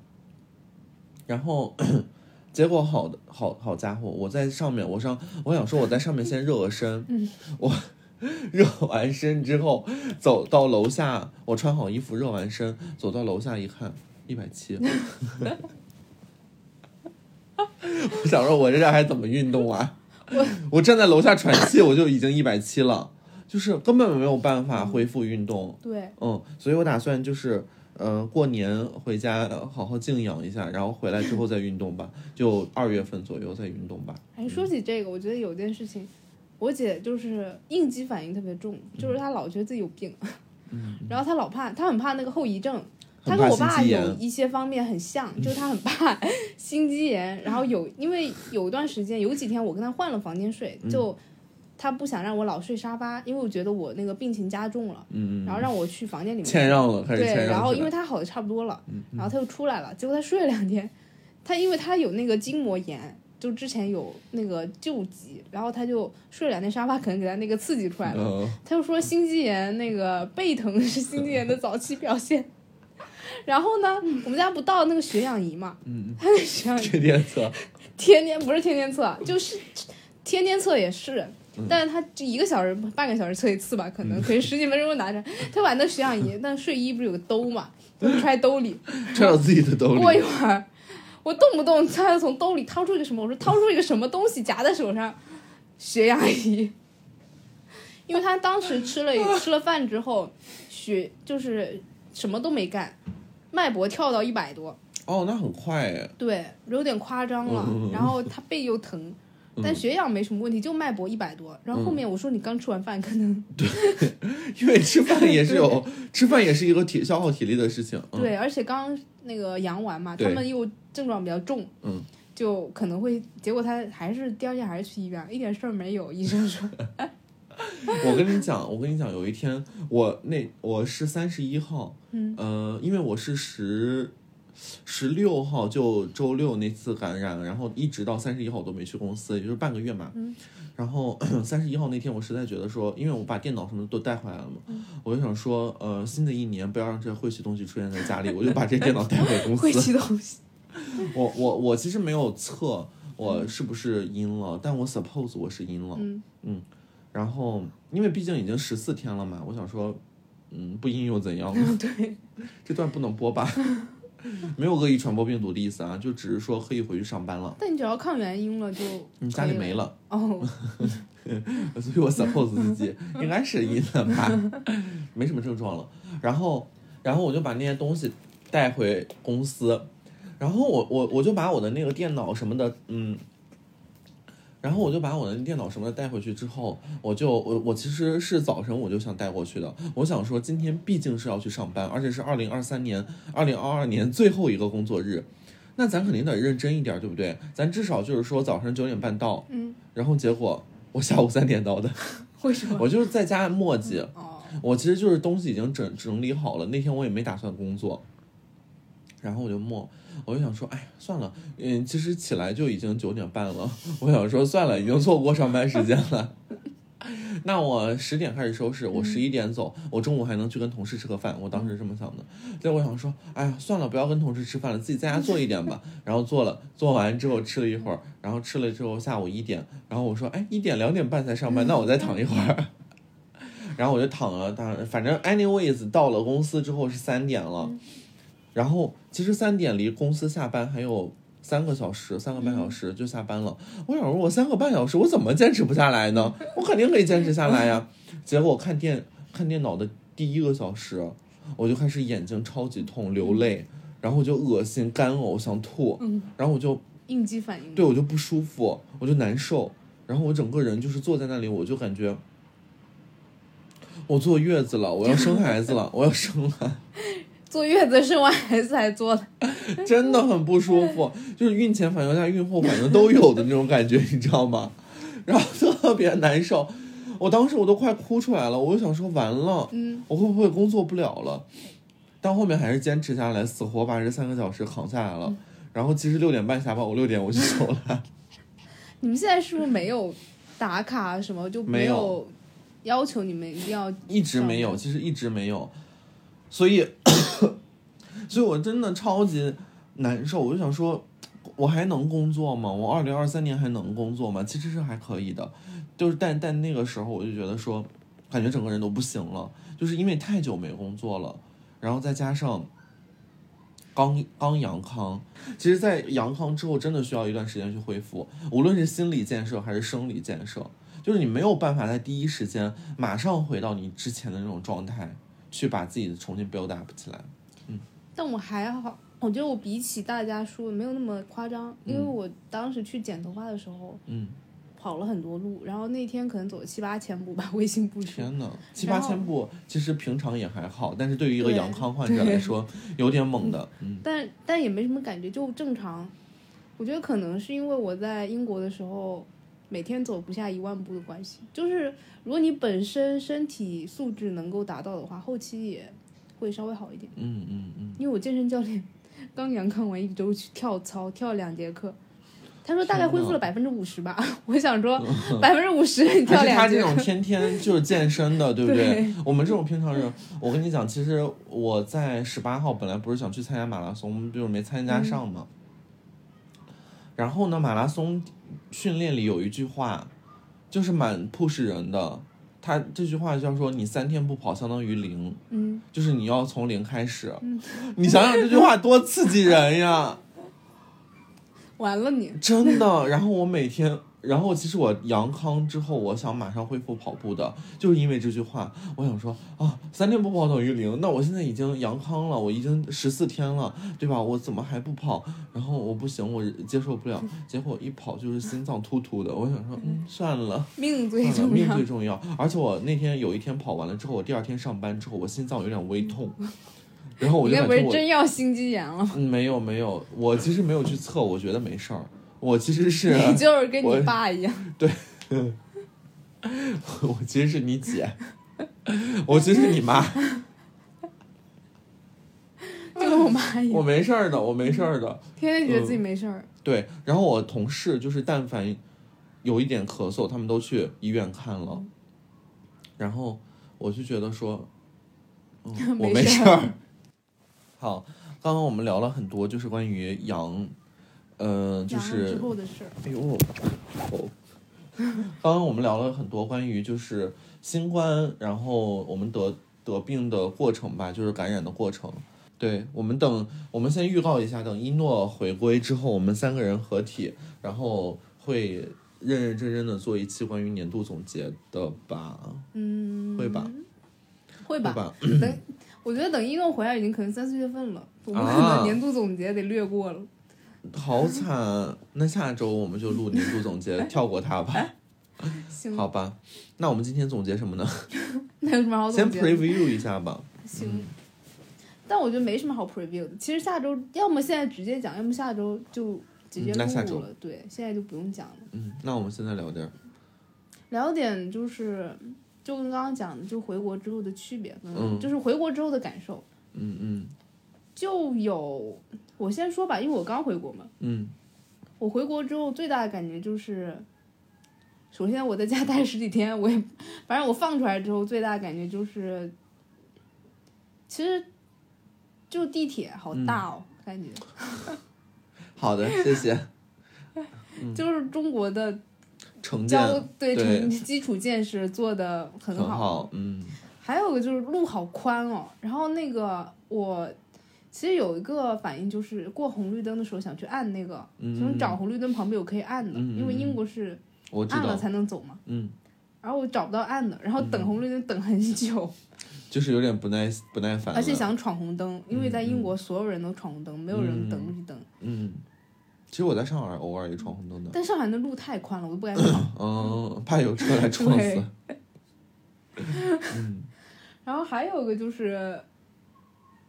Speaker 2: 然后 结果好的好好家伙，我在上面，我上我想说我在上面先热个身，
Speaker 1: 嗯
Speaker 2: 我 热完身之后走到楼下，我穿好衣服热完身，走到楼下一看一百七。 我想说，我这还怎么运动啊？
Speaker 1: 我
Speaker 2: 我站在楼下喘气，我就已经一百七了，就是根本没有办
Speaker 1: 嗯
Speaker 2: 法恢复运动。
Speaker 1: 对，
Speaker 2: 嗯，所以我打算就是，呃，过年回家好好静养一下，然后回来之后再运动吧，就二月份左右再运动吧。
Speaker 1: 哎，说起这个，我觉得有件事情，我姐就是应激反应特别重，就是她老觉得自己有病，
Speaker 2: 嗯
Speaker 1: 然后她老怕，她很怕那个后遗症。她
Speaker 2: 很
Speaker 1: 跟
Speaker 2: 怕
Speaker 1: 我
Speaker 2: 心
Speaker 1: 爸
Speaker 2: 肌
Speaker 1: 有
Speaker 2: 炎，
Speaker 1: 一些方面很像，就是她很怕 心肌炎，然后有因为有一段时间有几天我跟她换了房间睡，
Speaker 2: 嗯
Speaker 1: 就她不想让我老睡沙发，因为我觉得我那个病情加重了，
Speaker 2: 嗯，
Speaker 1: 然后让我去房间里面
Speaker 2: 谦让了，嗯开始谦
Speaker 1: 对，
Speaker 2: 让
Speaker 1: 然后
Speaker 2: 起
Speaker 1: 因为
Speaker 2: 来
Speaker 1: 他好的差不多了，然后他又出来了，结果他睡了两天，他因为他有那个筋膜炎，就之前有那个旧疾，然后他就睡了两天沙发，可能给他那个刺激出来了，
Speaker 2: 嗯，
Speaker 1: 他就说心肌炎那个背疼是心肌炎的早期表现，然后呢，我们家不到那个血氧仪嘛，
Speaker 2: 嗯，
Speaker 1: 他那血氧仪
Speaker 2: 这天测，
Speaker 1: 天天不是天天测，啊就是天天测也是，
Speaker 2: 嗯
Speaker 1: 但是他就一个小时、半个小时测一次吧，可能可以十几分钟拿着。他把那血氧仪，那睡衣不是有个兜 嘛，就揣兜里，
Speaker 2: 揣到自己的兜里，
Speaker 1: 过一会儿，我动不动他就从兜里掏出一个什么，我说掏出一个什么东西夹在手上，血压仪。因为他当时吃了吃了饭之后，血就是什么都没干，脉搏跳到一百多，
Speaker 2: 哦，那很快哎，
Speaker 1: 对，有点夸张了。
Speaker 2: 嗯嗯嗯嗯
Speaker 1: 然后他背又疼，但血氧没什么问题，就脉搏一百多。然后后面我说你刚吃完饭，可
Speaker 2: 嗯
Speaker 1: 能、
Speaker 2: 因为吃饭也是有，吃饭也是一个体消耗体力的事情，嗯，
Speaker 1: 对，而且刚那个阳完嘛，
Speaker 2: 对
Speaker 1: 他们又症状比较重，
Speaker 2: 嗯，
Speaker 1: 就可能会结果他还是第二天还是去医院，一点事儿没有。医生说
Speaker 2: 我跟你讲，我跟你讲，有一天我那我是三十一号，
Speaker 1: 嗯，
Speaker 2: 呃，因为我是十十六号就周六那次感染，然后一直到三十一号我都没去公司，也就是半个月嘛。
Speaker 1: 嗯
Speaker 2: 然后 三十一号那天，我实在觉得说，因为我把电脑什么的都带回来了嘛，
Speaker 1: 嗯
Speaker 2: 我就想说，呃，新的一年不要让这些晦气东西出现在家里，我就把这电脑带回公司
Speaker 1: 会。吃东 西，
Speaker 2: 我我我其实没有测我是不是阴了，但我 suppose 我是阴了。
Speaker 1: 嗯
Speaker 2: 然后，因为毕竟已经十四天了嘛，我想说，嗯，不阴又怎样？
Speaker 1: 对，
Speaker 2: 这段不能播吧？ 没有恶意传播病毒的意思啊，就只是说可以回去上班了。
Speaker 1: 但你只要抗原阴了就
Speaker 2: 嗯，家里没
Speaker 1: 了
Speaker 2: 了，
Speaker 1: 哦，
Speaker 2: 所以我 suppose 自己应该是阴了吧，没什么症状了。然后，然后我就把那些东西带回公司，然后我我我就把我的那个电脑什么的，嗯。然后我就把我的电脑什么的带回去之后，我就我我其实是早晨我就想带过去的，我想说今天毕竟是要去上班，而且是二零二三年、二零二二年最后一个工作日，那咱肯定得认真一点，对不对？咱至少就是说早上九点半到，
Speaker 1: 嗯，
Speaker 2: 然后结果我下午三点到的，
Speaker 1: 为什么？
Speaker 2: 我就是在家磨叽，
Speaker 1: 哦，
Speaker 2: 我其实就是东西已经整整理好了，那天我也没打算工作，然后我就磨，我就想说，哎呀，算了，嗯，其实起来就已经九点半了，我想说算了，已经错过上班时间了。 那我十点开始收拾，我十一点走，我中午还能去跟同事吃个饭，我当时这么想的。所以我想说，哎呀，算了，不要跟同事吃饭了，自己在家做一点吧。然后做了，做完之后吃了一会儿，然后吃了之后下午一点，然后我说，哎，一点两点半才上班，那我再躺一会儿。然后我就躺了，当然，反正 anyways 到了公司之后是三点了，然后其实三点离公司下班还有三个小时，三个半小时就下班了。我想说，我三个半小时我怎么坚持不下来呢？我肯定可以坚持下来呀。结果我看电看电脑的第一个小时，我就开始眼睛超级痛，流泪，然后我就恶心、干呕、想吐，然后我就
Speaker 1: 应激反应，
Speaker 2: 对我就不舒服，我就难受，然后我整个人就是坐在那里，我就感觉我坐月子了，我要生孩子了，我要生了，
Speaker 1: 坐月子生完孩子还坐了，
Speaker 2: 真的很不舒服，就是孕前反应加孕后反应都有的那种感觉，你知道吗？ 然后特别难受，我当时我都快哭出来了，我就想说完了，
Speaker 1: 嗯，
Speaker 2: 我会不会工作不了了？但后面还是坚持下来，死活把这三个小时扛下来了。然后其实六点半下班，我六点我就走了。
Speaker 1: 你们现在是不是没有打卡什么就
Speaker 2: 没
Speaker 1: 有
Speaker 2: 有
Speaker 1: 要求你们一定要
Speaker 2: 一直没
Speaker 1: 嗯
Speaker 2: 有，其实一直没有，所以， 所以我真的超级难受。我就想说，我还能工作吗？我二零二三年还能工作吗？其实是还可以的，就是但但那个时候我就觉得说，感觉整个人都不行了，就是因为太久没工作了，然后再加上。刚刚阳康，其实，在阳康之后，真的需要一段时间去恢复，无论是心理建设还是生理建设，就是你没有办法在第一时间马上回到你之前的那种状态，去把自己重新 build up 起来。
Speaker 1: 但我还好，我觉得我比起大家说没有那么夸张，因为我当时去剪头发的时候
Speaker 2: 嗯，
Speaker 1: 跑了很多路，然后那天可能走了七八千步吧，微信步数。
Speaker 2: 天哪，七
Speaker 1: 然
Speaker 2: 八
Speaker 1: 后
Speaker 2: 千步其实平常也还好，但是对于一个
Speaker 1: 对
Speaker 2: 阳康患者来说，有点猛的。嗯
Speaker 1: 但但也没什么感觉，就正常。我觉得可能是因为我在英国的时候，每天走不下一万步的关系。就是如果你本身身体素质能够达到的话，后期也会稍微好一点。
Speaker 2: 嗯嗯嗯，
Speaker 1: 因为我健身教练刚阳康完一周去跳操，跳了两节课，他说大概恢复了百分之五十吧。 我想 说百分之五十，你
Speaker 2: 还
Speaker 1: 跳
Speaker 2: 是他
Speaker 1: 两
Speaker 2: 这
Speaker 1: 节
Speaker 2: 种天天就是健身的，对不
Speaker 1: 对
Speaker 2: 我们这种平常人，我跟你讲，其实我在十八号本来不是想去参加马拉松，就是没参
Speaker 1: 嗯
Speaker 2: 加上嘛。然后呢，马拉松训练里有一句话，就是蛮 push 人的。他这句话叫说：“你三天不跑，相当于零，
Speaker 1: 嗯，
Speaker 2: 就是你要从零开始。你想想这句话多刺激人呀！
Speaker 1: 完了 你，
Speaker 2: 真的。然后我每天，然后其实我阳康之后，我想马上恢复跑步的，就是因为这句话，我想说啊，三天不跑等于零。那我现在已经阳康了，我已经十四天了，对吧？我怎么还不跑？然后我不行，我接受不了。 结果一跑就是心脏突突的，我想说，嗯，算了。
Speaker 1: 命最
Speaker 2: 算了，
Speaker 1: 重
Speaker 2: 嗯命
Speaker 1: 要
Speaker 2: 最。重要。而且我那天有一天跑完了之后，我第二天上班之后，我心脏有点微 痛，然后我
Speaker 1: 你
Speaker 2: 就
Speaker 1: 该
Speaker 2: 感
Speaker 1: 不
Speaker 2: 觉
Speaker 1: 是
Speaker 2: 我
Speaker 1: 真要心肌炎了？
Speaker 2: 嗯，没有没有，我其实没有去测，我觉得没事儿。我其实是啊
Speaker 1: 你就是跟
Speaker 2: 我
Speaker 1: 你爸一样，
Speaker 2: 我其实是你姐，我其实是 你妈，
Speaker 1: 就跟我妈一样，
Speaker 2: 我没事儿的，我没事儿的。
Speaker 1: 天天觉得自己没事儿。、
Speaker 2: 对，然后我同事就是但凡有一点咳嗽，他们都去医院看了，然后我就觉得说，嗯 我
Speaker 1: 没
Speaker 2: 没
Speaker 1: 事
Speaker 2: 事儿。好，刚刚我们聊了很多，就是关于羊，呃，就
Speaker 1: 阳了
Speaker 2: 是
Speaker 1: 之后的事儿，
Speaker 2: 哎呦，哦， 刚刚我们聊了很多关于就是新冠，然后我们得得病的过程吧，就是感染的过程。对我们等，我们先预告一下，等一诺回归之后，我们三个人合体，然后会认认真真的做一期关于年度总结的吧，
Speaker 1: 嗯，
Speaker 2: 会吧？
Speaker 1: 会
Speaker 2: 对
Speaker 1: 吧？
Speaker 2: 吧？
Speaker 1: 等，我觉得等一诺回来已经可能三四月份了，我们可
Speaker 2: 啊
Speaker 1: 能年度总结得略过了。
Speaker 2: 好惨，那下周我们就录年度总结，跳过它吧，
Speaker 1: 哎行，
Speaker 2: 好吧？那我们今天总结什么呢？
Speaker 1: 那有什么好
Speaker 2: 先
Speaker 1: 总结的？
Speaker 2: preview 一下吧。
Speaker 1: 行。但我觉得没什么好 preview 的。其实下周要么现在直接讲，要么下周就直接
Speaker 2: 嗯那下周
Speaker 1: 录了。对，现在就不用讲了。
Speaker 2: 嗯，那我们现在聊点儿。
Speaker 1: 聊点就是，就跟刚刚讲的，就回国之后的区别，可能
Speaker 2: 嗯
Speaker 1: 就是回国之后的感受，
Speaker 2: 嗯嗯
Speaker 1: 就有我先说吧，因为我刚回国嘛，
Speaker 2: 嗯
Speaker 1: 我回国之后最大的感觉就是，首先我在家待十几天，我也反正我放出来之后最大的感觉就是，其实就地铁好
Speaker 2: 嗯
Speaker 1: 大哦，感觉，
Speaker 2: 好的，谢谢。
Speaker 1: 就是中国的
Speaker 2: 成见
Speaker 1: 交对
Speaker 2: 嗯对
Speaker 1: 城基础建设做的很
Speaker 2: 很好，嗯
Speaker 1: 还有个就是路好宽哦，然后那个我其实有一个反应就是过红绿灯的时候想去按那个，
Speaker 2: 嗯
Speaker 1: 就是找红绿灯旁边有可以按的，
Speaker 2: 嗯嗯
Speaker 1: 因为英国是
Speaker 2: 我知
Speaker 1: 按了
Speaker 2: 道，
Speaker 1: 才能走嘛。
Speaker 2: 嗯，
Speaker 1: 然后我找不到按的，然后等红绿灯等很久，
Speaker 2: 嗯就是有点不耐不耐烦了，
Speaker 1: 而且想闯红灯，因为在
Speaker 2: 嗯嗯
Speaker 1: 英国所有人都闯红灯，没有人等绿灯。
Speaker 2: 嗯，其实我在上海偶尔也闯红 灯的，
Speaker 1: 但上海那路太宽了，我都 不敢闯。
Speaker 2: 嗯，怕有车来撞死
Speaker 1: 对，然后还有个就是，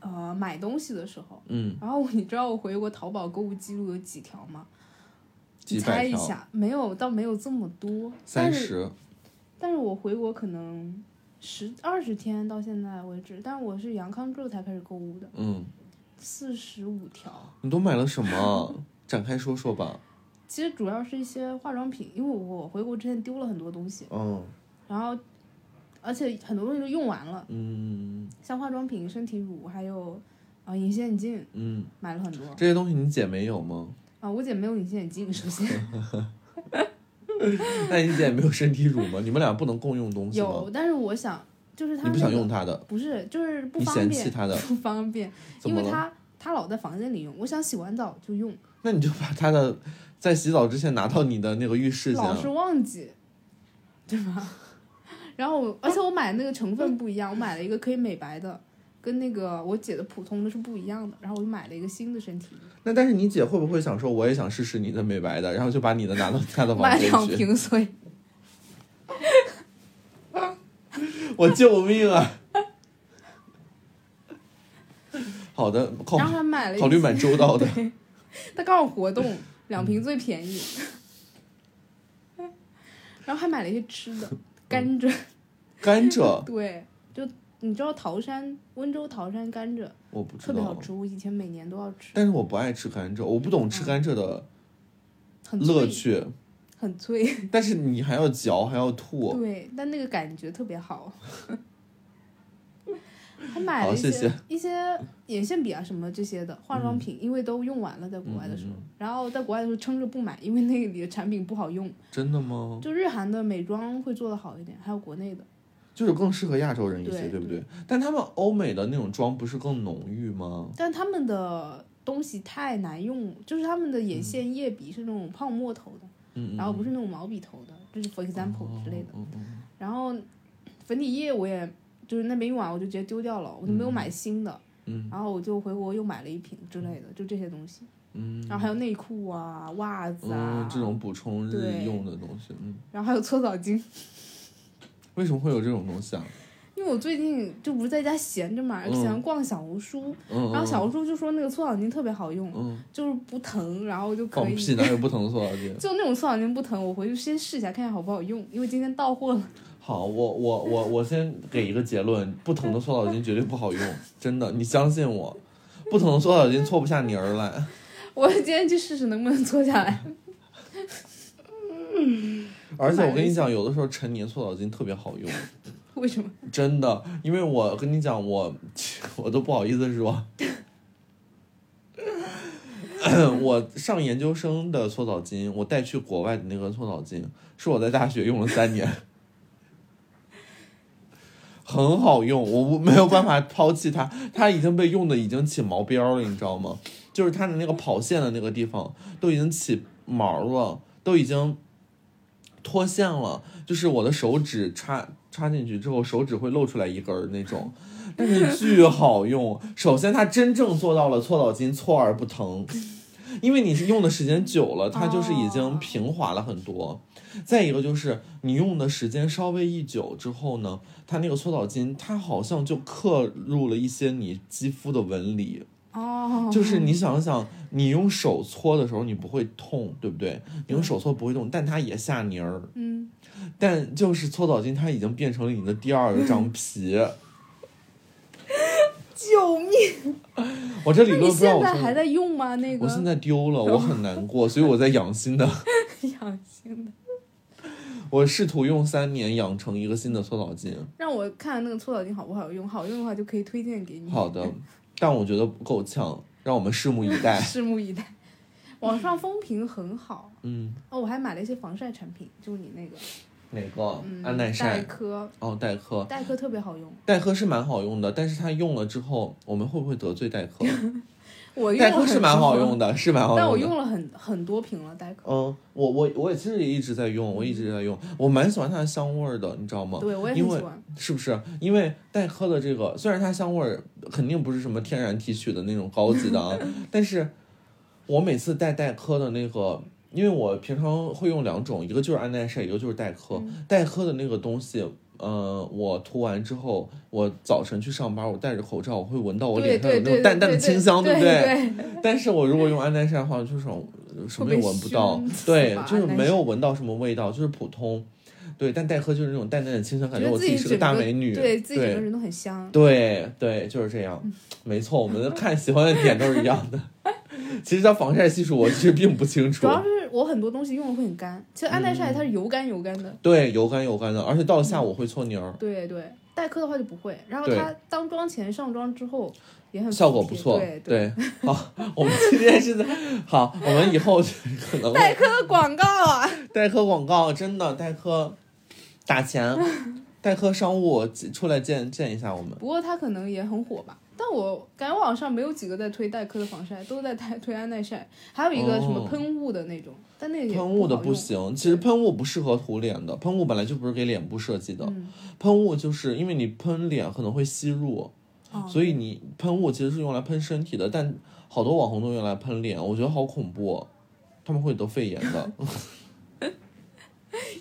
Speaker 1: 呃，买东西的时候，
Speaker 2: 嗯，
Speaker 1: 然后你知道我回国淘宝购物记录有几条吗？
Speaker 2: 几
Speaker 1: 你
Speaker 2: 百
Speaker 1: 猜一
Speaker 2: 条，
Speaker 1: 下，没有，倒没有这么多，
Speaker 2: 三
Speaker 1: 但是
Speaker 2: 十，
Speaker 1: 但是我回国可能十二十天到现在为止，但是我是阳康之后才开始购物的，
Speaker 2: 嗯，
Speaker 1: 四十五条。
Speaker 2: 你都买了什么？展开说说 吧，
Speaker 1: 其实主要是一些化妆品，因为我回国之前丢了很多东西，
Speaker 2: 嗯
Speaker 1: 然后而且很多东西都用完了，
Speaker 2: 嗯
Speaker 1: 像化妆品、身体乳，还有啊、呃隐形眼镜，
Speaker 2: 嗯，
Speaker 1: 买了很多啊、啊
Speaker 2: 这些东西你姐没有吗？
Speaker 1: 我姐没有隐形眼镜，首先
Speaker 2: 那你姐没有身体乳吗？你们俩不能共用东西吗？
Speaker 1: 有，但是我想就是她
Speaker 2: 你不
Speaker 1: 那
Speaker 2: 想
Speaker 1: 个
Speaker 2: 用它的，
Speaker 1: 不是就是不
Speaker 2: 你
Speaker 1: 方
Speaker 2: 嫌弃
Speaker 1: 便，
Speaker 2: 它的，
Speaker 1: 不方便，
Speaker 2: 怎
Speaker 1: 因
Speaker 2: 么
Speaker 1: 为
Speaker 2: 了？
Speaker 1: 她她老在房间里用，我想洗完澡就用，
Speaker 2: 那你就把他的在洗澡之前拿到你的那个浴室去
Speaker 1: 老
Speaker 2: 啊。
Speaker 1: 是忘记，对吧？ 然后我，而且我买的那个成分不一样，我买了一个可以美白的，跟那个我姐的普通的是不一样的。然后我就买了一个新的身体乳，
Speaker 2: 那但是你姐会不会想说我也想试试你的美白的，然后就把你 的拿到她的
Speaker 1: 买
Speaker 2: 房
Speaker 1: 两
Speaker 2: 间去？
Speaker 1: 瓶， 所以
Speaker 2: 我救命啊！ 好的，考
Speaker 1: 然后还买了一
Speaker 2: 考虑嗯蛮 周到的。
Speaker 1: 它刚好活动，两瓶最便宜。 然后还买了一些吃
Speaker 2: 嗯
Speaker 1: 的，甘蔗，
Speaker 2: 甘蔗
Speaker 1: 对，就你知道桃山，温州桃山甘蔗
Speaker 2: 我不知
Speaker 1: 特别好
Speaker 2: 道，
Speaker 1: 吃，我以前每年都要吃，嗯
Speaker 2: 但是我不爱吃甘蔗，我不懂吃甘蔗的
Speaker 1: 很
Speaker 2: 乐
Speaker 1: 脆，
Speaker 2: 趣，
Speaker 1: 很脆，
Speaker 2: 但是你还要嚼，还要吐。
Speaker 1: 对，但那个感觉特别好。 还买
Speaker 2: 好
Speaker 1: 了一些
Speaker 2: 谢谢嗯
Speaker 1: 一些眼线笔啊什么这些的化妆品，因为都用完了，在国外的时候，然后在国外的时候撑着不买，因为那里的产品不好用。
Speaker 2: 真的吗？
Speaker 1: 就日韩的美妆会做的好一点，还有国内的，
Speaker 2: 就是更适合亚洲人一些，
Speaker 1: 对
Speaker 2: 对不对？但他们欧美的那种妆不是更浓郁吗？
Speaker 1: 但他们的东西太难用，就是他们的眼线、液笔是那种泡沫头的，
Speaker 2: 嗯嗯，嗯
Speaker 1: 然后不是那种毛笔头的，就是 for example 之类的。
Speaker 2: 嗯嗯
Speaker 1: 然后粉底液我也就是那边用完我就直接丢掉了，我就没有买新的。
Speaker 2: 嗯
Speaker 1: 然后我就回国又买了一瓶之类的，就这些东西。
Speaker 2: 嗯，
Speaker 1: 然后还有内裤啊、袜子啊，
Speaker 2: 嗯，这种补充日
Speaker 1: 对
Speaker 2: 用的东西，嗯，
Speaker 1: 然后还有搓澡巾。
Speaker 2: 为什么会有这种东西啊？
Speaker 1: 因为我最近就不是在家闲着嘛，
Speaker 2: 嗯
Speaker 1: 喜欢逛小红书，
Speaker 2: 嗯，
Speaker 1: 然后小
Speaker 2: 嗯
Speaker 1: 红书就说那个搓澡巾特别好用，
Speaker 2: 嗯，
Speaker 1: 就是不疼，然后就可
Speaker 2: 放
Speaker 1: 以。
Speaker 2: 屁，哪有不疼的塑料巾？
Speaker 1: 就那种搓澡巾不疼，我回去先试一下，看一下好不好用，因为今天到货了。
Speaker 2: 好，我我我我先给一个结论，不疼的搓澡巾绝对不好用，真的，你相信我，不疼的搓澡巾搓不下泥儿来。
Speaker 1: 我今天去试试能不能搓下来。
Speaker 2: 而且我跟你讲，有的时候陈年搓澡巾特别好用，
Speaker 1: 为什么？
Speaker 2: 真的，因为我跟你讲，我我都不好意思说。我上研究生的搓澡巾，我带去国外的那个搓澡巾，是我在大学用了三年，很好用，我不没有办法抛弃它，它已经被用的已经起毛边了，你知道吗？就是它的那个跑线的那个地方都已经起毛了，都已经脱线了，就是我的手指插插进去之后，手指会露出来一根儿那种，但是巨好用。首先，它真正做到了搓澡巾搓而不疼，因为你是用的时间久了，它就是已经平滑了很多。再一个就是你用的时间稍微一久之后呢，它那个搓澡巾它好像就刻入了一些你肌肤的纹理，
Speaker 1: 哦，
Speaker 2: 就是你想想，你用手搓的时候你不会痛，对不对？你用手搓不会痛，但它也下泥儿。
Speaker 1: 嗯，
Speaker 2: 但就是搓澡巾，它已经变成了你的第二 张皮。
Speaker 1: 救命！
Speaker 2: 我这理
Speaker 1: 那
Speaker 2: 论
Speaker 1: 你
Speaker 2: 不知道
Speaker 1: 现
Speaker 2: 我
Speaker 1: 在
Speaker 2: 说
Speaker 1: 还在用吗？那个
Speaker 2: 我现在丢了，我很难过，所以我在养新的。
Speaker 1: 养心的。
Speaker 2: 我试图用三年养成一个新的搓澡巾，
Speaker 1: 让我看看那个搓澡巾好不好用，好用的话就可以推荐给你。
Speaker 2: 好的，但我觉得不够呛，让我们拭目以 待。
Speaker 1: 拭目以待。网上风评很好
Speaker 2: 嗯，
Speaker 1: 哦，我还买了一些防晒产品，就是你那个，
Speaker 2: 哪个？
Speaker 1: 嗯，
Speaker 2: 安啊耐
Speaker 1: 黛
Speaker 2: 晒？
Speaker 1: 珂，
Speaker 2: 哦，黛珂，
Speaker 1: 黛珂特别好用。
Speaker 2: 黛珂是蛮好用的，但是它用了之后，我们会不会得罪黛 珂？
Speaker 1: 我哦用
Speaker 2: 黛
Speaker 1: 了
Speaker 2: 珂是
Speaker 1: 很
Speaker 2: 蛮
Speaker 1: 多
Speaker 2: 好用的，是蛮好用的。
Speaker 1: 但我用了很很多瓶了黛珂。
Speaker 2: 嗯，我我我也其实也一直在用，我一直在用，我蛮喜欢它的香味儿的，你知道吗？
Speaker 1: 对，我也
Speaker 2: 因
Speaker 1: 很
Speaker 2: 为
Speaker 1: 喜欢。
Speaker 2: 是不是？因为黛珂的这个，虽然它香味儿肯定不是什么天然提取的那种高级的 啊，但是我每次带黛珂的那个，因为我平常会用两种，一个就是安耐晒，一个就是黛珂。
Speaker 1: 嗯
Speaker 2: 黛珂的那个东西，呃，我涂完之后，我早晨去上班，我戴着口罩，我会闻哦到我
Speaker 1: 对
Speaker 2: 脸上有
Speaker 1: 对
Speaker 2: 那
Speaker 1: 对，
Speaker 2: 种淡淡的清香，
Speaker 1: 对
Speaker 2: 不
Speaker 1: 对？
Speaker 2: 但是我如果用安耐晒的话，就是呃什么也闻不到
Speaker 1: 会被熏，死
Speaker 2: 对
Speaker 1: 吧，
Speaker 2: 就是没有闻到什么味道，就是普通。对，但黛珂就是那种淡淡的清香，感
Speaker 1: 觉
Speaker 2: 觉我
Speaker 1: 得
Speaker 2: 自
Speaker 1: 自
Speaker 2: 己
Speaker 1: 己
Speaker 2: 是个
Speaker 1: 整
Speaker 2: 大
Speaker 1: 个
Speaker 2: 美女。
Speaker 1: 对自己整个
Speaker 2: 对
Speaker 1: 人都很香。
Speaker 2: 对对就是这样，没错，我们看喜欢的点都是一样的。 其实它防晒系数我其实并不清楚
Speaker 1: 主，要是我很多东西用了会很干，其实安
Speaker 2: 嗯
Speaker 1: 耐晒它是油干油干的。
Speaker 2: 对，油干油干的，而且到了下午会搓泥儿，
Speaker 1: 对对，黛珂的话就不会。然后
Speaker 2: 对
Speaker 1: 它当妆前、上妆之后也很
Speaker 2: 效果
Speaker 1: 服
Speaker 2: 不
Speaker 1: 帖
Speaker 2: 错
Speaker 1: 嗯对。
Speaker 2: 对，好，我们今天是在好，我们以后可能
Speaker 1: 黛珂的广告啊，
Speaker 2: 代客广告真的，代客打钱， 代客商务出来见见一下我们。
Speaker 1: 不过它可能也很火吧。但我感觉网上没有几个在推黛珂的防晒，都在 推推安耐晒，还有一个什么
Speaker 2: 哦
Speaker 1: 喷雾的那种，但那个也
Speaker 2: 喷雾的
Speaker 1: 好
Speaker 2: 不
Speaker 1: 用。
Speaker 2: 行，其实喷雾不适合涂脸的，喷雾本来就不是给脸部设计的，
Speaker 1: 嗯
Speaker 2: 喷雾就是因为你喷脸可能会吸入，
Speaker 1: 哦
Speaker 2: 所以你喷雾其实是用来喷身体的，但好多网红都用来喷脸，我觉得好恐怖，哦他们会得肺炎的。
Speaker 1: 哦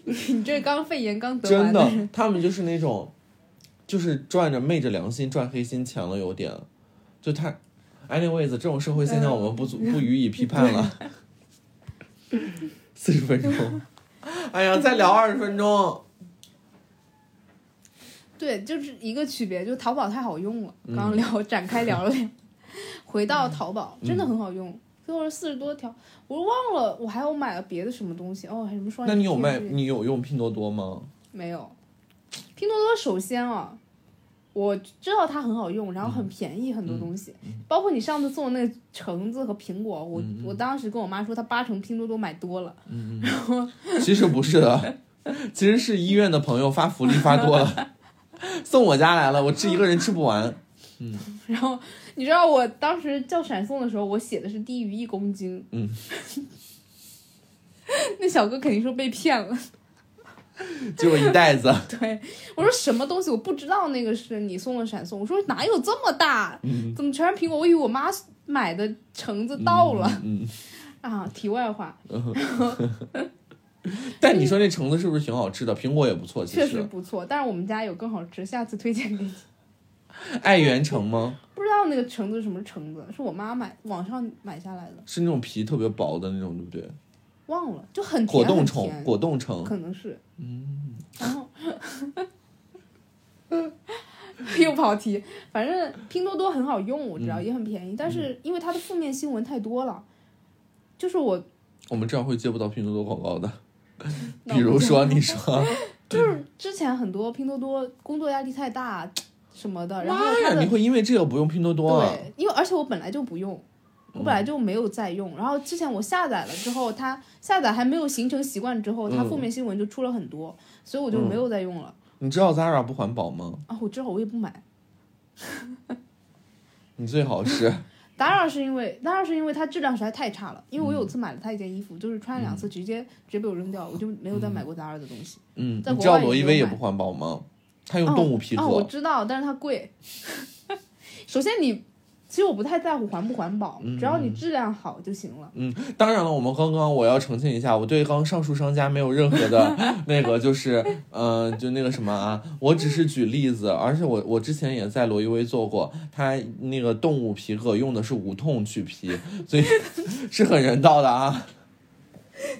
Speaker 1: 你这刚肺炎刚得完
Speaker 2: 真的，他们就是那种，就是赚着昧着良心赚黑心钱了，有点，就他，anyways，这种社会现象我们不
Speaker 1: 嗯
Speaker 2: 足、不予以批判 了。四十分钟，哎呀，再聊二十分钟。
Speaker 1: 对，就是一个区别，就是
Speaker 2: 嗯 嗯
Speaker 1: 淘宝太好用了。刚刚聊、展开聊了聊，回到淘宝真的很好用，最后是四十多条，我忘了，我还有买了别的什么东西哦，还有什么双
Speaker 2: 那
Speaker 1: 眼皮
Speaker 2: 你有卖？
Speaker 1: 贴
Speaker 2: 你有用拼多多吗？
Speaker 1: 没有，拼多多首先啊，我知道它很好用，然后
Speaker 2: 嗯
Speaker 1: 很便宜，很多东西，包括你上次送的那个橙子和苹果，我、
Speaker 2: 嗯嗯
Speaker 1: 我当时跟我妈说，她八成拼多多买多了，
Speaker 2: 其实不是的，其实是医院的朋友发福利发多了， 送我家来了，我吃一个人吃不完。
Speaker 1: 然后你知道我当时叫闪送的时候，我写的是低于一公斤，
Speaker 2: 嗯，
Speaker 1: 那小哥肯定说被骗了，
Speaker 2: 结果一袋 子，
Speaker 1: 对我说什么东西我不知道那个是你送的闪送，我说哪有这么大，
Speaker 2: 嗯
Speaker 1: 怎么全是苹果？我以为我妈买的橙子到了、
Speaker 2: 嗯，
Speaker 1: 啊，题外话，
Speaker 2: 嗯但你说那橙子是不是挺好吃的？苹果也不错，其
Speaker 1: 确实
Speaker 2: 实。
Speaker 1: 不错，但是我们家有更好吃，下次推荐给你。
Speaker 2: 爱媛橙吗？
Speaker 1: 不知道那个橙子是什么橙子，是我妈买网上买下来的，
Speaker 2: 是那种皮特别薄的那种，对不对？
Speaker 1: 忘了，就很甜
Speaker 2: 果冻
Speaker 1: 嗯很
Speaker 2: 橙，
Speaker 1: 甜
Speaker 2: 果冻橙。
Speaker 1: 可能是，嗯，然后 又跑题，反正拼多多很好用，我知
Speaker 2: 嗯
Speaker 1: 道、也很便宜，但是因为它的负面新闻太多了，就是 我，
Speaker 2: 我们这样会接不到拼多多广告的。
Speaker 1: 那 我
Speaker 2: 比如
Speaker 1: 们就
Speaker 2: 说，你说，
Speaker 1: 就是之前很多拼多多工作压力太大什么的，然后
Speaker 2: 妈
Speaker 1: 它
Speaker 2: 呀，
Speaker 1: 的
Speaker 2: 你会因为这个不用拼多多啊？嗯
Speaker 1: 对，因为而且我本来就不用，我本来就没有在用。然后之前我下载了之后，它下载还没有形成习惯之后，它
Speaker 2: 嗯
Speaker 1: 负面新闻就出了很多，所以我就没有再用了。
Speaker 2: 你知道 Zara 不环保吗？
Speaker 1: 啊，我之后我也不买。
Speaker 2: 你最好是，
Speaker 1: 当然是因为，当然是因为它质量实在太差了。因为我有
Speaker 2: 嗯
Speaker 1: 次买了它一件衣服，就是穿了两次，直接直接被我扔掉了，我就没有再买过 Zara 的东西。
Speaker 2: 嗯，
Speaker 1: 在
Speaker 2: 你
Speaker 1: 国
Speaker 2: 知道
Speaker 1: 外也
Speaker 2: 罗
Speaker 1: 没
Speaker 2: 意
Speaker 1: 有
Speaker 2: 威也
Speaker 1: 买
Speaker 2: 不环保吗？他嗯用动物皮
Speaker 1: 哦，哦我
Speaker 2: 做，
Speaker 1: 知道，但是它贵。 首先你，其实我不太在乎环不环保，只要你质量好就行了。
Speaker 2: 嗯，当然了，我们刚刚我要澄清一下，我对刚刚上述商家没有任何的那个，就是嗯、呃就那个什么啊，我只是举例子，而且我我之前也在罗意威做过，他那个动物皮革用的是无痛去皮，所以是很人道的啊。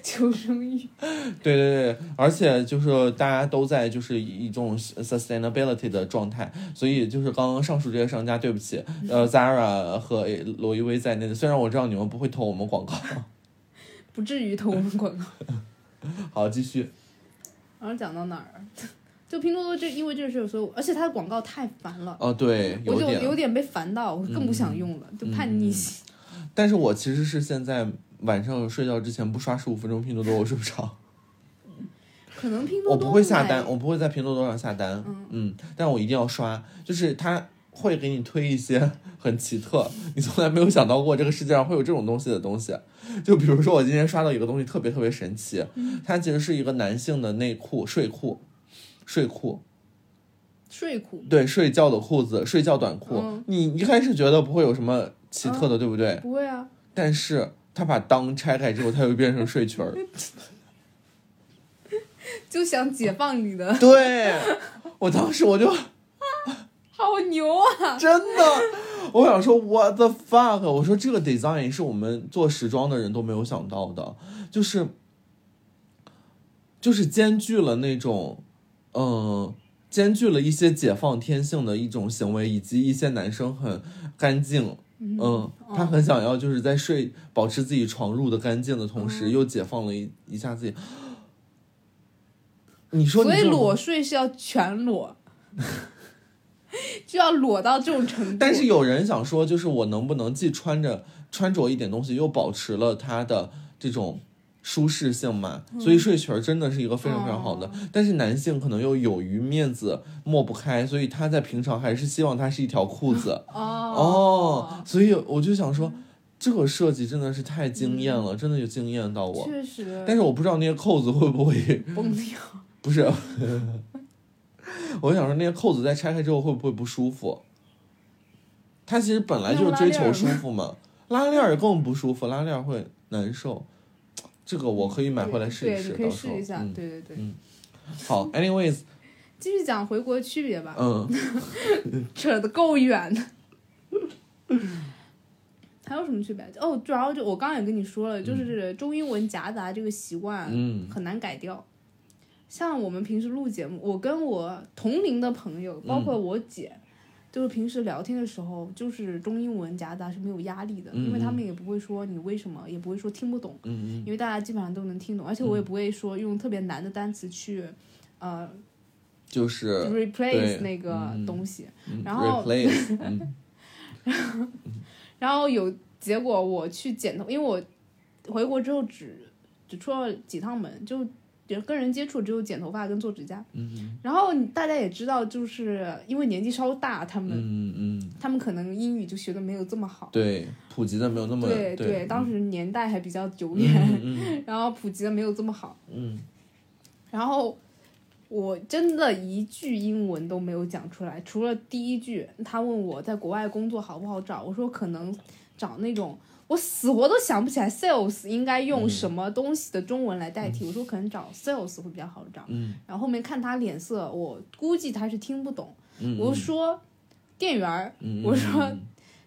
Speaker 1: 求生欲。
Speaker 2: 对对对，而且就是大家都在就是一种 sustainability 的状态，所以就是刚刚上述这些商家，对不起，呃，Zara 和罗意威在内的，虽然我知道你们不会投我们广告，
Speaker 1: 不至于投我们广告。
Speaker 2: 好，继续，
Speaker 1: 然后讲到哪儿？啊就拼多多这因为这个事儿，所以我而且它的广告太烦了，
Speaker 2: 哦，对，
Speaker 1: 我
Speaker 2: 有
Speaker 1: 就有
Speaker 2: 点，嗯
Speaker 1: 点被烦到，我更不想用了，就叛逆期。
Speaker 2: 但是我其实是现在晚上睡觉之前不刷十五分钟拼多多，我睡不着，
Speaker 1: 可能拼多
Speaker 2: 我
Speaker 1: 多
Speaker 2: 不会下
Speaker 1: 买
Speaker 2: 单，，我不会在拼多多上下单，嗯但我一定要刷，就是它会给你推一些很奇特，你从来没有想到过这个世界上会有这种东西的东西。就比如说，我今天刷到一个东西特别特别神奇，
Speaker 1: 嗯
Speaker 2: 它其实是一个男性的内裤、睡裤、睡裤，
Speaker 1: 睡裤
Speaker 2: 对，睡觉的裤子、睡觉短裤。
Speaker 1: 嗯
Speaker 2: 你一开始觉得不会有什么奇特的，对不对？
Speaker 1: 不会啊，
Speaker 2: 但是他把裆拆开之后，它又变成睡裙儿。
Speaker 1: 就想解放你 的，
Speaker 2: 对，我当时 我就。
Speaker 1: 好牛啊！
Speaker 2: 真的，我想说 what the fuck，我说这个 design 是我们做时装的人都没有想到的，就是就是兼具了那种，嗯、兼具了一些解放天性的一种行为，以及一些男生很干净。嗯，
Speaker 1: 哦
Speaker 2: 他很想要就是在睡保持自己床褥的干净的同
Speaker 1: 嗯
Speaker 2: 时，又解放了一一下自己。 你说你
Speaker 1: 所以
Speaker 2: 这种
Speaker 1: 裸睡是要全裸，就要裸到这种程度。
Speaker 2: 但是有人想说，就是我能不能既穿着穿着一点东西，又保持了它的这种舒适性嘛？所以睡裙儿真的是一个非常非常好的。但是男性可能又有于面子抹不开，所以他在平常还是希望它是一条裤子
Speaker 1: 哦
Speaker 2: 哦。所以我就想说，这个设计真的是太惊艳了，真的有惊艳到我。
Speaker 1: 确实
Speaker 2: 但是我不知道那些扣子会不会
Speaker 1: 崩掉。
Speaker 2: 不是， 我想说那些扣子在拆开之后会不会不舒服？它其实本来就是追求舒服嘛，拉链儿更不舒服，拉链儿会难受。这个我可以买回来试一试，
Speaker 1: 对，你可以
Speaker 2: 到时
Speaker 1: 试
Speaker 2: 候
Speaker 1: 一下。
Speaker 2: 嗯，
Speaker 1: 对对对，
Speaker 2: 好，anyways，
Speaker 1: 继续讲回国的区别吧。
Speaker 2: 嗯，
Speaker 1: 扯得够远 的。还有什么区别？哦，主要就我刚刚也跟你说了，就是中英文夹杂这个习惯，
Speaker 2: 嗯，
Speaker 1: 很难改掉。
Speaker 2: 嗯
Speaker 1: 像我们平时录节目，我跟我同龄的朋友，包括我姐，就是平时聊天的时候，就是中英文夹杂是没有压力的，因为他们也不会说你为什么，也不会说听不懂，
Speaker 2: 嗯
Speaker 1: 因为大家基本上都能听懂，而且我也不会说用特别难的单词去，呃
Speaker 2: 就是对
Speaker 1: ，replace 那个
Speaker 2: 嗯
Speaker 1: 东西。
Speaker 2: 嗯
Speaker 1: 然后
Speaker 2: replace，嗯
Speaker 1: 然后有结果我去剪头，因为我回国之后只只出了几趟门，就人跟人接触只有剪头发跟做指甲。
Speaker 2: 嗯
Speaker 1: 然后大家也知道，就是因为年纪稍大，他
Speaker 2: 嗯
Speaker 1: 们、
Speaker 2: 嗯嗯，
Speaker 1: 他们可能英语就学的没有这么好。
Speaker 2: 对，普及的没有那么
Speaker 1: 对
Speaker 2: 对，
Speaker 1: 当时年代还比较久远，
Speaker 2: 嗯
Speaker 1: 然后普及的没有这么好。
Speaker 2: 嗯
Speaker 1: 然后我真的一句英文都没有讲出来，除了第一句，他问我在国外工作好不好找，我说可能找那种我死活都想不起来 sales 应该
Speaker 2: 嗯
Speaker 1: 用什么东西的中文来代替，我说可能找 sales 会比较好找。
Speaker 2: 嗯
Speaker 1: 然后后面看他脸色，我估计他是听不懂，
Speaker 2: 嗯，
Speaker 1: 我说店员儿，
Speaker 2: 嗯
Speaker 1: 我说
Speaker 2: 嗯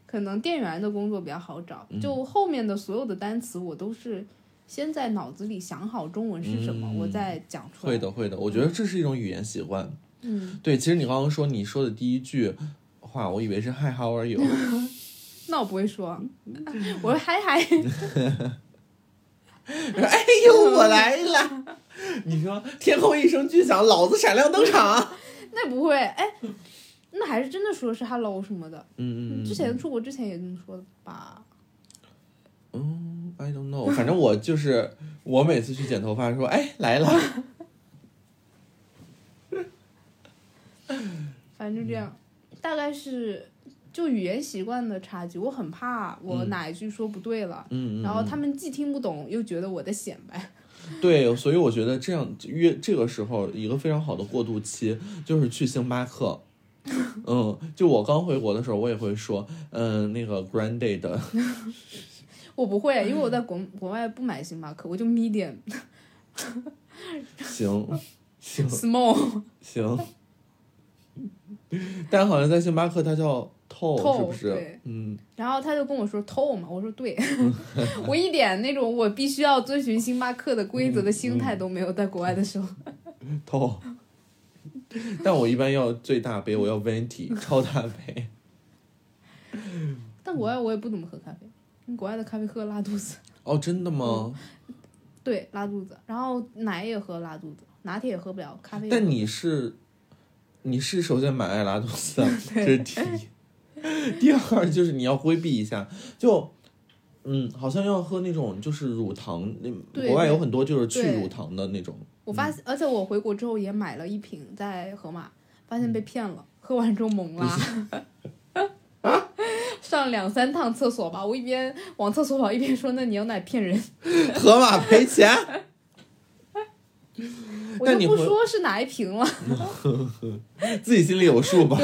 Speaker 1: 可能店员的工作比较好找，就后面的所有的单词我都是。先在脑子里想好中文是什么，
Speaker 2: 嗯
Speaker 1: 我再讲出来。
Speaker 2: 会的，会的，我觉得这是一种语言习惯。
Speaker 1: 嗯，
Speaker 2: 对，其实你刚刚说你说的第一句话，我以为是 Hi How are you？
Speaker 1: 那我不会说， 我说嗨嗨，
Speaker 2: 哎呦，我来了！ 你说天空一声巨响，老子闪亮登场。
Speaker 1: 那不会，哎，那还是真的说是 hello 什么的。
Speaker 2: 嗯嗯
Speaker 1: 之前出国之前也这么说的吧？
Speaker 2: 嗯，I don't know，反正我就是我每次去剪头发说，哎来了，
Speaker 1: 反正就这样，
Speaker 2: 嗯
Speaker 1: 大概是就语言习惯的差距。我很怕我哪一句说不对了，
Speaker 2: 嗯嗯嗯，
Speaker 1: 然后他们既听不懂又觉得我在显摆。
Speaker 2: 对，所以我觉得这样约这个时候一个非常好的过渡期就是去星巴克。嗯，就我刚回国的时候，我也会说，嗯，那个 Grande 的，
Speaker 1: 我不会，因为我在国国外不买星巴克，我就 medium
Speaker 2: 行，行
Speaker 1: small
Speaker 2: 行， 但好像在星巴克它叫 Tall，是不
Speaker 1: Tall，
Speaker 2: 是
Speaker 1: 对？
Speaker 2: 嗯，
Speaker 1: 然后他就跟我说偷嘛，我说 对，我一点那种我必须要遵循星巴克的规则的心态都没有，在国外的时候，
Speaker 2: 头。 但我一般要最大杯，我要 venti 超大杯。嗯
Speaker 1: 但国外我也不怎么喝咖啡，因为国外的咖啡喝拉肚子，
Speaker 2: 哦，真的
Speaker 1: 嗯
Speaker 2: 吗？
Speaker 1: 对，拉肚子，然后奶也喝拉肚子，拿铁也喝不了，咖啡也喝
Speaker 2: 但你是，你是首先买爱拉杜斯 的，这是第一。 第二就是你要规避一下，就，嗯，好像要喝那种就是乳糖，那
Speaker 1: 对
Speaker 2: 国外有很多就是去
Speaker 1: 对
Speaker 2: 乳糖的那种。
Speaker 1: 我发现，而且我回国之后也买了一瓶在盒马，发现被骗了，喝完之后猛拉。
Speaker 2: 嗯
Speaker 1: 上两三趟厕所吧，我一边往厕所跑一边说：“那牛奶骗人。
Speaker 2: 河马赔钱，”
Speaker 1: 我
Speaker 2: 那
Speaker 1: 就
Speaker 2: 你
Speaker 1: 不
Speaker 2: 回
Speaker 1: 说是哪一瓶了。
Speaker 2: 自己心里有数吧。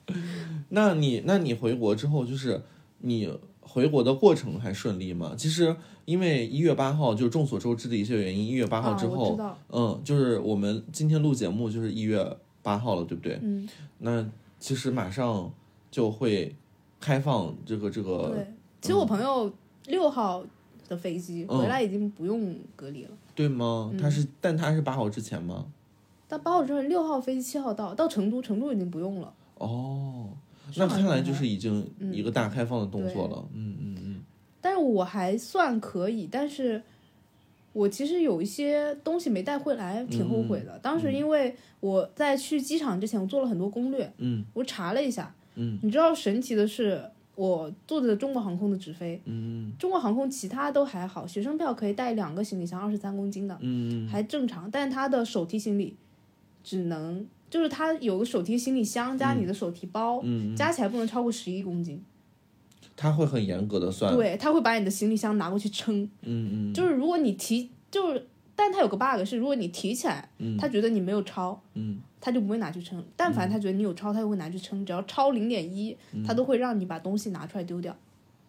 Speaker 2: 那你那你回国之后，就是你回国的过程还顺利吗？其实因为一月八号，就众所周知的一些原因，一月八号
Speaker 1: 啊，
Speaker 2: 之
Speaker 1: 我
Speaker 2: 后
Speaker 1: 知，道，
Speaker 2: 嗯，就是我们今天录节目就是一月八号了，对不对？
Speaker 1: 嗯，
Speaker 2: 那其实马上就会开放这个这个，
Speaker 1: 对，其实我朋友六号的飞机
Speaker 2: 嗯
Speaker 1: 回来已经不用隔离了，
Speaker 2: 对吗？
Speaker 1: 嗯
Speaker 2: 他是，但他是八号之前吗？
Speaker 1: 但八号之后六号飞机七号到，到成都，成都已经不用了。
Speaker 2: 哦，那看来就是已经
Speaker 1: 嗯
Speaker 2: 一个大开放的动作了。嗯嗯嗯
Speaker 1: 但是我还算可以，但是我其实有一些东西没带回来，挺后
Speaker 2: 嗯
Speaker 1: 悔的。当时因为我在去机场之前，我做了很多攻略，
Speaker 2: 嗯
Speaker 1: 我查了一下，
Speaker 2: 嗯
Speaker 1: 你知道神奇的是，我坐的中国航空的直飞，
Speaker 2: 嗯
Speaker 1: 中国航空其他都还好，学生票可以带两个行李箱，二十三公斤的。
Speaker 2: 嗯
Speaker 1: 还正常，但是它的手提行李只能就是它有个手提行李箱加你的手提包，
Speaker 2: 嗯，
Speaker 1: 加起来不能超过十一公斤。
Speaker 2: 他会很严格的算。
Speaker 1: 对，它会把你的行李箱拿过去称，
Speaker 2: 嗯嗯
Speaker 1: 就是如果你提就是，但它有个 bug 是，如果你提起来，
Speaker 2: 嗯
Speaker 1: 他觉得你没有超，
Speaker 2: 嗯
Speaker 1: 他就不会拿去称；但凡他觉得你有超，他就会拿去称，只要超零点一，他都会让你把东西拿出来丢掉。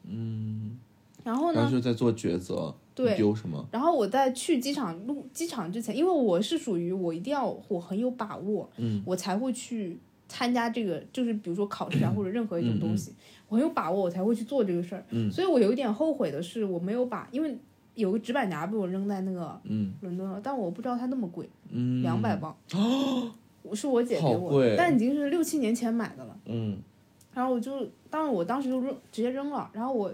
Speaker 2: 嗯，
Speaker 1: 然后
Speaker 2: 然
Speaker 1: 呢，
Speaker 2: 后就在做抉择，
Speaker 1: 对。
Speaker 2: 丢什么？
Speaker 1: 然后我在去机场路机场之前，因为我是属于我一定要我很有把握，
Speaker 2: 嗯，
Speaker 1: 我才会去参加这个，就是比如说考
Speaker 2: 嗯
Speaker 1: 试啊或者任何一种东西，我很有把握我才会去做这个事儿。
Speaker 2: 嗯
Speaker 1: 所以我有一点后悔的是我没有把，因为有个纸板夹被我扔在那个
Speaker 2: 嗯
Speaker 1: 伦敦了，但我不知道它那么贵，
Speaker 2: 嗯，
Speaker 1: 两百。磅。哦，是我姐给
Speaker 2: 好
Speaker 1: 我
Speaker 2: 贵
Speaker 1: 的，但已经是六七年前买的了。
Speaker 2: 嗯
Speaker 1: 然后我就，当然我当时就扔，直接扔了。然后我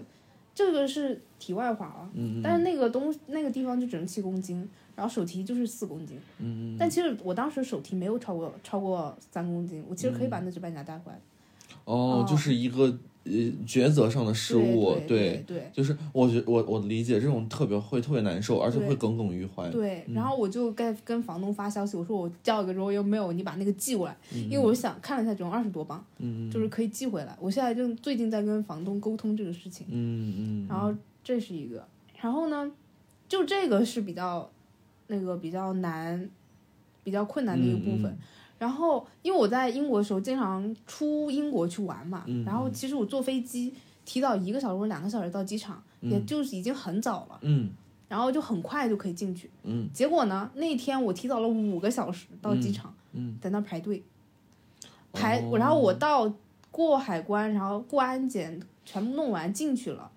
Speaker 1: 这个是题外话啊，
Speaker 2: 嗯
Speaker 1: 但是那个东那个地方就只能七公斤，然后手提就是四公斤。
Speaker 2: 嗯，
Speaker 1: 但其实我当时手提没有超过超过三公斤，我其
Speaker 2: 嗯
Speaker 1: 实可以把那只半甲带回来。
Speaker 2: 哦，就是一个呃抉择上的失误，
Speaker 1: 对对对
Speaker 2: 就是我觉我我理解这种特别会特别难受，而且
Speaker 1: 对
Speaker 2: 会耿耿于怀。
Speaker 1: 对，然后我就跟跟房东发消息，我说我叫一个 Royal Mail，你把那个寄过来，因为我想看了一下，只有二十多磅，
Speaker 2: 嗯
Speaker 1: 就是可以寄回来。我现在正最近在跟房东沟通这个事情，
Speaker 2: 嗯嗯，
Speaker 1: 然后这是一个，然后呢，就这个是比较那个比较难、比较困难的一
Speaker 2: 嗯
Speaker 1: 个部分。然后，因为我在英国的时候经常出英国去玩嘛，
Speaker 2: 嗯
Speaker 1: 然后其实我坐飞机提早一个小时或两个小时到机场，也就是已经很早了，
Speaker 2: 嗯
Speaker 1: 然后就很快就可以进去。
Speaker 2: 嗯，
Speaker 1: 结果呢，那天我提早了五个小时到机场，
Speaker 2: 嗯
Speaker 1: 在那排队排，
Speaker 2: 哦
Speaker 1: 然后我到过海关，然后过安检，全部弄完进去了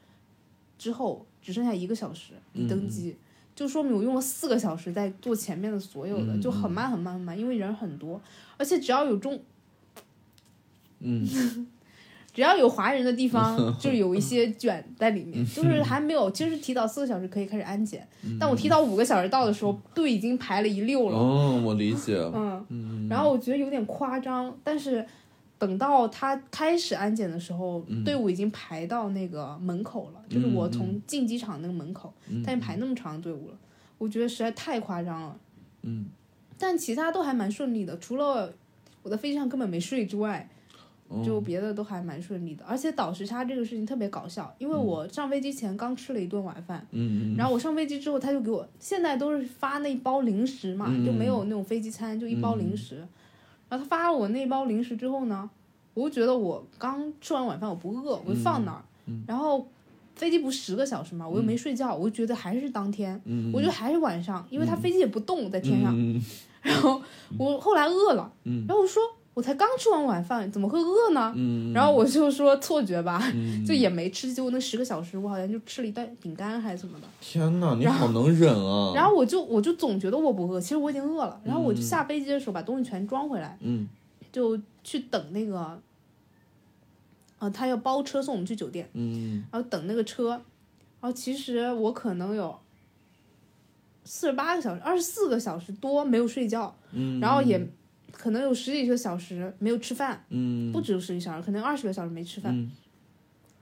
Speaker 1: 之后，只剩下一个小时
Speaker 2: 嗯
Speaker 1: 登机，就说明我用了四个小时在做前面的所有的，
Speaker 2: 嗯
Speaker 1: 就很慢很慢很慢，因为人很多，而且只要有中
Speaker 2: 嗯
Speaker 1: 只要有华人的地 方，就有一些卷在里
Speaker 2: 嗯
Speaker 1: 面，就是还没有，其实提早四个小时可以开始安检，但
Speaker 2: 嗯
Speaker 1: 我提早五个小时到的时候，队已经排了一溜了，
Speaker 2: 哦，我理解。
Speaker 1: 嗯，然后我觉得有点夸张，但是等到他开始安检的时候，
Speaker 2: 嗯
Speaker 1: 队伍已经排到那个门口了，就是我从进机场那个门口，
Speaker 2: 嗯
Speaker 1: 但是排那么长的队伍了，我觉得实在太夸张了，
Speaker 2: 嗯，
Speaker 1: 但其他都还蛮顺利的，除了我在飞机上根本没睡之外，
Speaker 2: 哦
Speaker 1: 就别的都还蛮顺利的。而且倒时差这个事情特别搞笑，因为我上飞机前刚吃了一顿晚饭，
Speaker 2: 嗯
Speaker 1: 然后我上飞机之后他就给我，现在都是发那一包零食嘛，
Speaker 2: 嗯
Speaker 1: 就没有那种飞机餐，就一包零食。然后他发了我那包零食之后呢，我就觉得我刚吃完晚饭我不饿，我就
Speaker 2: 嗯
Speaker 1: 放那儿，然后。飞机不十个小时嘛，我又没睡觉，我就觉得还是当天，
Speaker 2: 嗯
Speaker 1: 我就还是晚上，因为他飞机也不动在
Speaker 2: 在
Speaker 1: 天上，
Speaker 2: 嗯
Speaker 1: 然后我后来饿了，
Speaker 2: 嗯
Speaker 1: 然后我说我才刚吃完晚饭，怎么会饿呢？
Speaker 2: 嗯，
Speaker 1: 然后我就说错觉吧，
Speaker 2: 嗯
Speaker 1: 就也没吃。结果那十个小时，我好像就吃了一袋饼干还是什么的。
Speaker 2: 天哪，你好能忍 啊！
Speaker 1: 然后我就我就总觉得我不饿，其实我已经饿了。然后我就下飞机的时候把东西全装回来，
Speaker 2: 嗯
Speaker 1: 就去等那个，呃，他要包车送我们去酒店，
Speaker 2: 嗯
Speaker 1: 然后等那个车。然后其实我可能有四十八个小时，二十四个小时多没有睡觉。
Speaker 2: 嗯，
Speaker 1: 然后也可能有十几个小时没有吃饭，
Speaker 2: 嗯
Speaker 1: 不止有十几小时，可能二十个小时没吃饭，
Speaker 2: 嗯，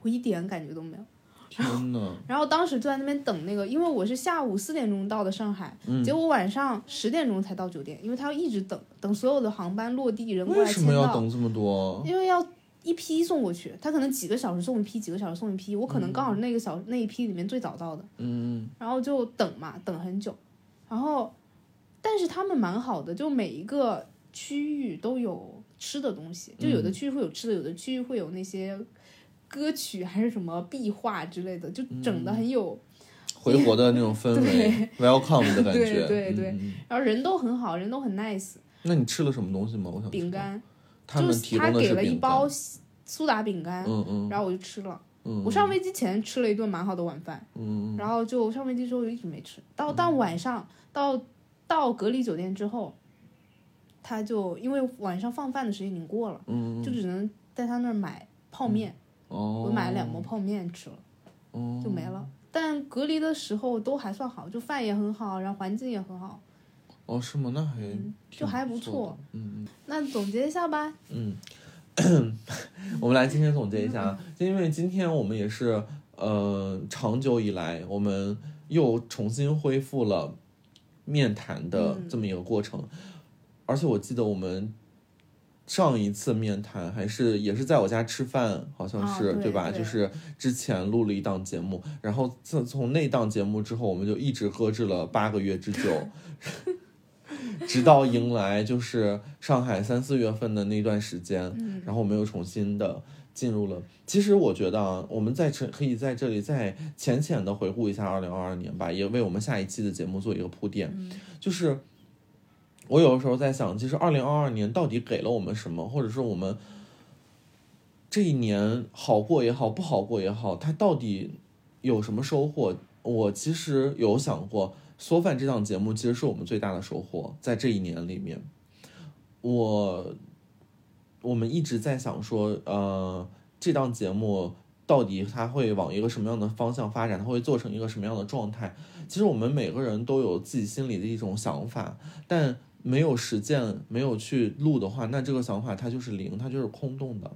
Speaker 1: 我一点感觉都没有。
Speaker 2: 天哪，
Speaker 1: 然后当时就在那边等那个，因为我是下午四点钟到的上海，
Speaker 2: 嗯
Speaker 1: 结果晚上十点钟才到酒店，因为他要一直等等所有的航班落地，人过
Speaker 2: 为
Speaker 1: 来
Speaker 2: 什
Speaker 1: 签
Speaker 2: 么要
Speaker 1: 到，
Speaker 2: 等这 么多？
Speaker 1: 因为要一批送过去，他可能几个小时送一批，几个小时送一批，我可能刚好是那个小、那一批里面最早到的。
Speaker 2: 嗯
Speaker 1: 然后就等嘛，等很久，然后，但是他们蛮好的，就每一个区域都有吃的东西，就有的区域会有吃的，有的区域会有那些歌曲还是什么壁画之类的，就整的
Speaker 2: 嗯
Speaker 1: 很有，
Speaker 2: 回国的那种氛围，welcome 的感觉。嗯
Speaker 1: 然后人都很好，人都很 nice，
Speaker 2: 那你吃了什么东西吗？我想
Speaker 1: 饼干，
Speaker 2: 嗯他
Speaker 1: 就
Speaker 2: 们
Speaker 1: 是
Speaker 2: 提
Speaker 1: 他
Speaker 2: 供的
Speaker 1: 给
Speaker 2: 是
Speaker 1: 了一
Speaker 2: 饼
Speaker 1: 包西苏打饼干，
Speaker 2: 嗯嗯
Speaker 1: 然后我就吃了。
Speaker 2: 嗯
Speaker 1: 我上飞机前吃了一顿蛮好的晚饭，
Speaker 2: 嗯
Speaker 1: 然后就上飞机之后就一直没吃，到到晚上到到隔离酒店之后，他就因为晚上放饭的时间已经过了，
Speaker 2: 嗯
Speaker 1: 就只能在他那儿买泡面，
Speaker 2: 哦，
Speaker 1: 我买了两包泡面吃了，
Speaker 2: 哦
Speaker 1: 就没了。但隔离的时候都还算好，就饭也很好，然后环境也很好，嗯
Speaker 2: 哦，是吗？那还
Speaker 1: 就还不错。
Speaker 2: 嗯
Speaker 1: 那总结一下吧，
Speaker 2: 嗯嗯，我们来今天总结一下啊，就因为今天我们也是呃长久以来，我们又重新恢复了面谈的
Speaker 1: 嗯
Speaker 2: 这么一个过程，而且我记得我们。上一次面谈还是也是在我家吃饭，好像
Speaker 1: 啊
Speaker 2: 是、
Speaker 1: 对
Speaker 2: 吧？
Speaker 1: 对
Speaker 2: 就是之前录了一档节目，然后自从那档节目之后，我们就一直搁置了八个月 之久，直到迎来就是上海三四月份的那段时间，
Speaker 1: 嗯
Speaker 2: 然后我们又重新的进入了。其实我觉得啊，我们在这可以在这里再浅浅的回顾一下二零二二年吧，也为我们下一期的节目做一个铺垫。就是我有的时候在想，其实二零二二年到底给了我们什么，或者说我们这一年好过也好，不好过也好，它到底有什么收获？我其实有想过，缩饭这档节目其实是我们最大的收获，在这一年里面，我我们一直在想说，呃，这档节目到底它会往一个什么样的方向发展，它会做成一个什么样的状态？其实我们每个人都有自己心里的一种想法，但没有实践，没有去录的话，那这个想法它就是零，它就是空洞的。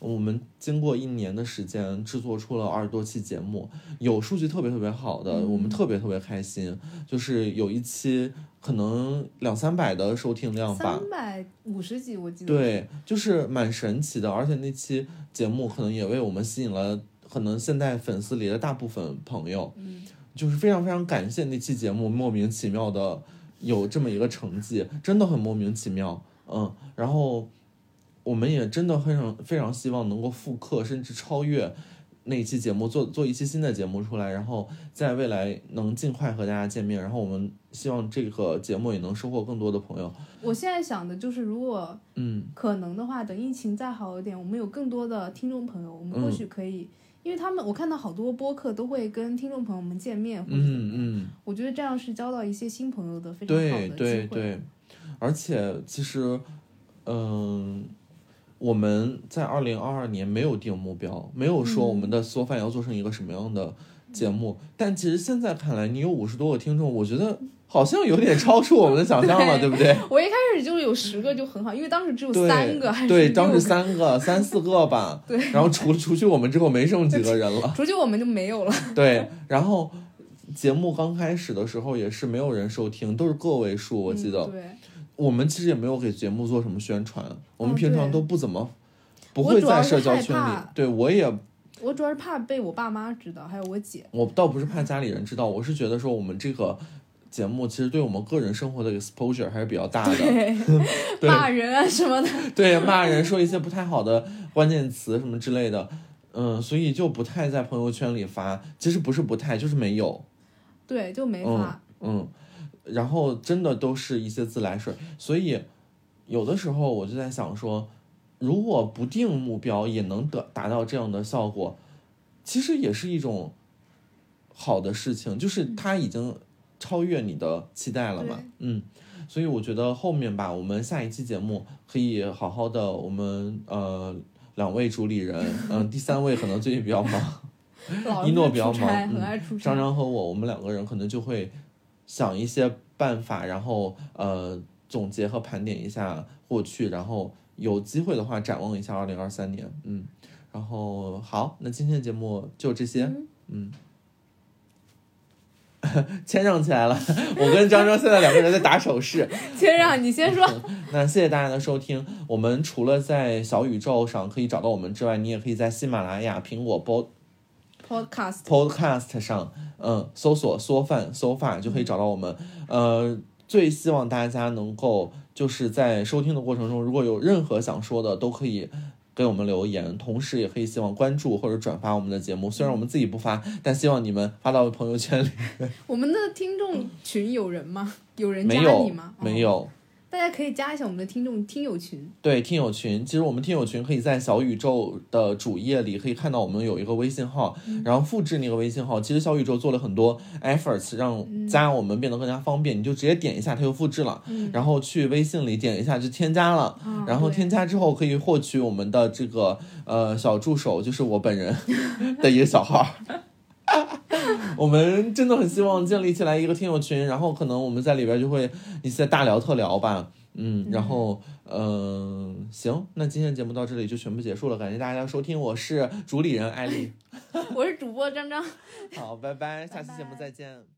Speaker 2: 我们经过一年的时间制作出了二十多期节目，有数据特别特别好的，我们特别特别开心。就是有一期可能两三百的收听量吧，
Speaker 1: 三百五十几我记得。，
Speaker 2: 对，就是蛮神奇的。而且那期节目可能也为我们吸引了可能现在粉丝里的大部分朋友，
Speaker 1: 嗯，
Speaker 2: 就是非常非常感谢那期节目莫名其妙的有这么一个成绩，真的很莫名其妙。嗯，然后我们也真的非常非常希望能够复刻甚至超越那一期节目，做做一期新的节目出来，然后在未来能尽快和大家见面。然后我们希望这个节目也能收获更多的朋友。
Speaker 1: 我现在想的就是，如果
Speaker 2: 嗯，
Speaker 1: 可能的话，等疫情再好一点，我们有更多的听众朋友，我
Speaker 2: 嗯
Speaker 1: 们或许可以，因为他们我看到好多播客都会跟听众朋友们见面，或者怎
Speaker 2: 嗯
Speaker 1: 么样
Speaker 2: 嗯，
Speaker 1: 我觉得这样是交到一些新朋友的非常好的
Speaker 2: 对
Speaker 1: 机会。
Speaker 2: 对对，而且其实，嗯，我们在二零二二年没有定目标，没有说
Speaker 1: 嗯
Speaker 2: 我们的缩饭要做成一个什么样的节目，但其实现在看来，你有五十多个听众，我觉得好像有点超出我们的想象了，对
Speaker 1: 对
Speaker 2: 不对？
Speaker 1: 我一开始就是有十个就很好，因为当时只有三个还
Speaker 2: 对
Speaker 1: 是六个
Speaker 2: 对，当时三个、三四个 吧，然后除除去我们之后，没剩几个人了。
Speaker 1: 除去我们就没有了。
Speaker 2: 对，然后节目刚开始的时候也是没有人收听，都是个位数，我记得。
Speaker 1: 嗯、对，
Speaker 2: 我们其实也没有给节目做什么宣传，我们
Speaker 1: 哦
Speaker 2: 平常
Speaker 1: 对
Speaker 2: 都不怎么，不
Speaker 1: 我
Speaker 2: 会
Speaker 1: 主
Speaker 2: 在
Speaker 1: 要是
Speaker 2: 社交
Speaker 1: 害
Speaker 2: 圈里
Speaker 1: 怕。
Speaker 2: 对我也，
Speaker 1: 我主要是怕被我爸妈知道，还有我姐。
Speaker 2: 我倒不是怕家里人知道，我是觉得说我们这个节目其实对我们个人生活的 exposure 还是比较大的。对
Speaker 1: 骂人啊什么的，
Speaker 2: 对，骂人说一些不太好的关键词什么之类的，嗯，所以就不太在朋友圈里发。其实不是不太，就是没有。
Speaker 1: 对，就没
Speaker 2: 嗯
Speaker 1: 法。
Speaker 2: 嗯，然后真的都是一些自来水，所以有的时候我就在想说，如果不定目标也能得达到这样的效果，其实也是一种好的事情，就是它已经超越你的期待了嘛
Speaker 1: 嗯对，
Speaker 2: 嗯。所以我觉得后面吧，我们下一期节目可以好好的，我们呃两位主理人，嗯、第三位可能最近比较忙，
Speaker 1: 老
Speaker 2: 嗯一
Speaker 1: 是
Speaker 2: 诺比较
Speaker 1: 出差，
Speaker 2: 忙
Speaker 1: 很
Speaker 2: 嗯
Speaker 1: 爱出差。
Speaker 2: 张张和我，我们两个人可能就会想一些办法，然后呃总结和盘点一下过去，然后有机会的话展望一下二零二三年，嗯，然后好，那今天的节目就这些，
Speaker 1: 嗯
Speaker 2: 嗯。谦让起来了，我跟张张现在两个人在打手势，
Speaker 1: 谦让，你嗯先说。
Speaker 2: 那谢谢大家的收听。我们除了在小宇宙上可以找到我们之外，你也可以在喜马拉雅、苹果播
Speaker 1: Podcast，
Speaker 2: Podcast 上，嗯，搜索“缩饭搜发”就可
Speaker 1: 嗯
Speaker 2: 以找到我们。呃，最希望大家能够就是在收听的过程中，如果有任何想说的，都可以给我们留言，同时也可以希望关注或者转发我们的节目。虽然我们自己不发，但希望你们发到朋友圈里。
Speaker 1: 我们的听众群有人吗？有人
Speaker 2: 没
Speaker 1: 加
Speaker 2: 有
Speaker 1: 你吗？，
Speaker 2: 没
Speaker 1: 哦。
Speaker 2: 有。
Speaker 1: 大家可以加一下我们的听众听友群。
Speaker 2: 对，听友群，其实我们听友群可以在小宇宙的主页里可以看到我们有一个微信号，
Speaker 1: 嗯
Speaker 2: 然后复制那个微信号。其实小宇宙做了很多 efforts 让加我们变得更加方便，你就直接点一下它就复制了，
Speaker 1: 嗯
Speaker 2: 然后去微信里点一下就添加了。
Speaker 1: 啊
Speaker 2: 然后
Speaker 1: 对
Speaker 2: 添加之后可以获取我们的这个呃小助手，就是我 本人的一个小号。 我们真的很希望建立起来一个听友群，然后可能我们在里边就会一些大聊特聊吧，嗯，然后嗯、呃行，那今天的节目到这里就全部结束了，感谢大家的收听，我是主理人艾丽，
Speaker 1: 我是主播张张。
Speaker 2: 好，拜拜，下期节目
Speaker 1: 拜拜
Speaker 2: 再见。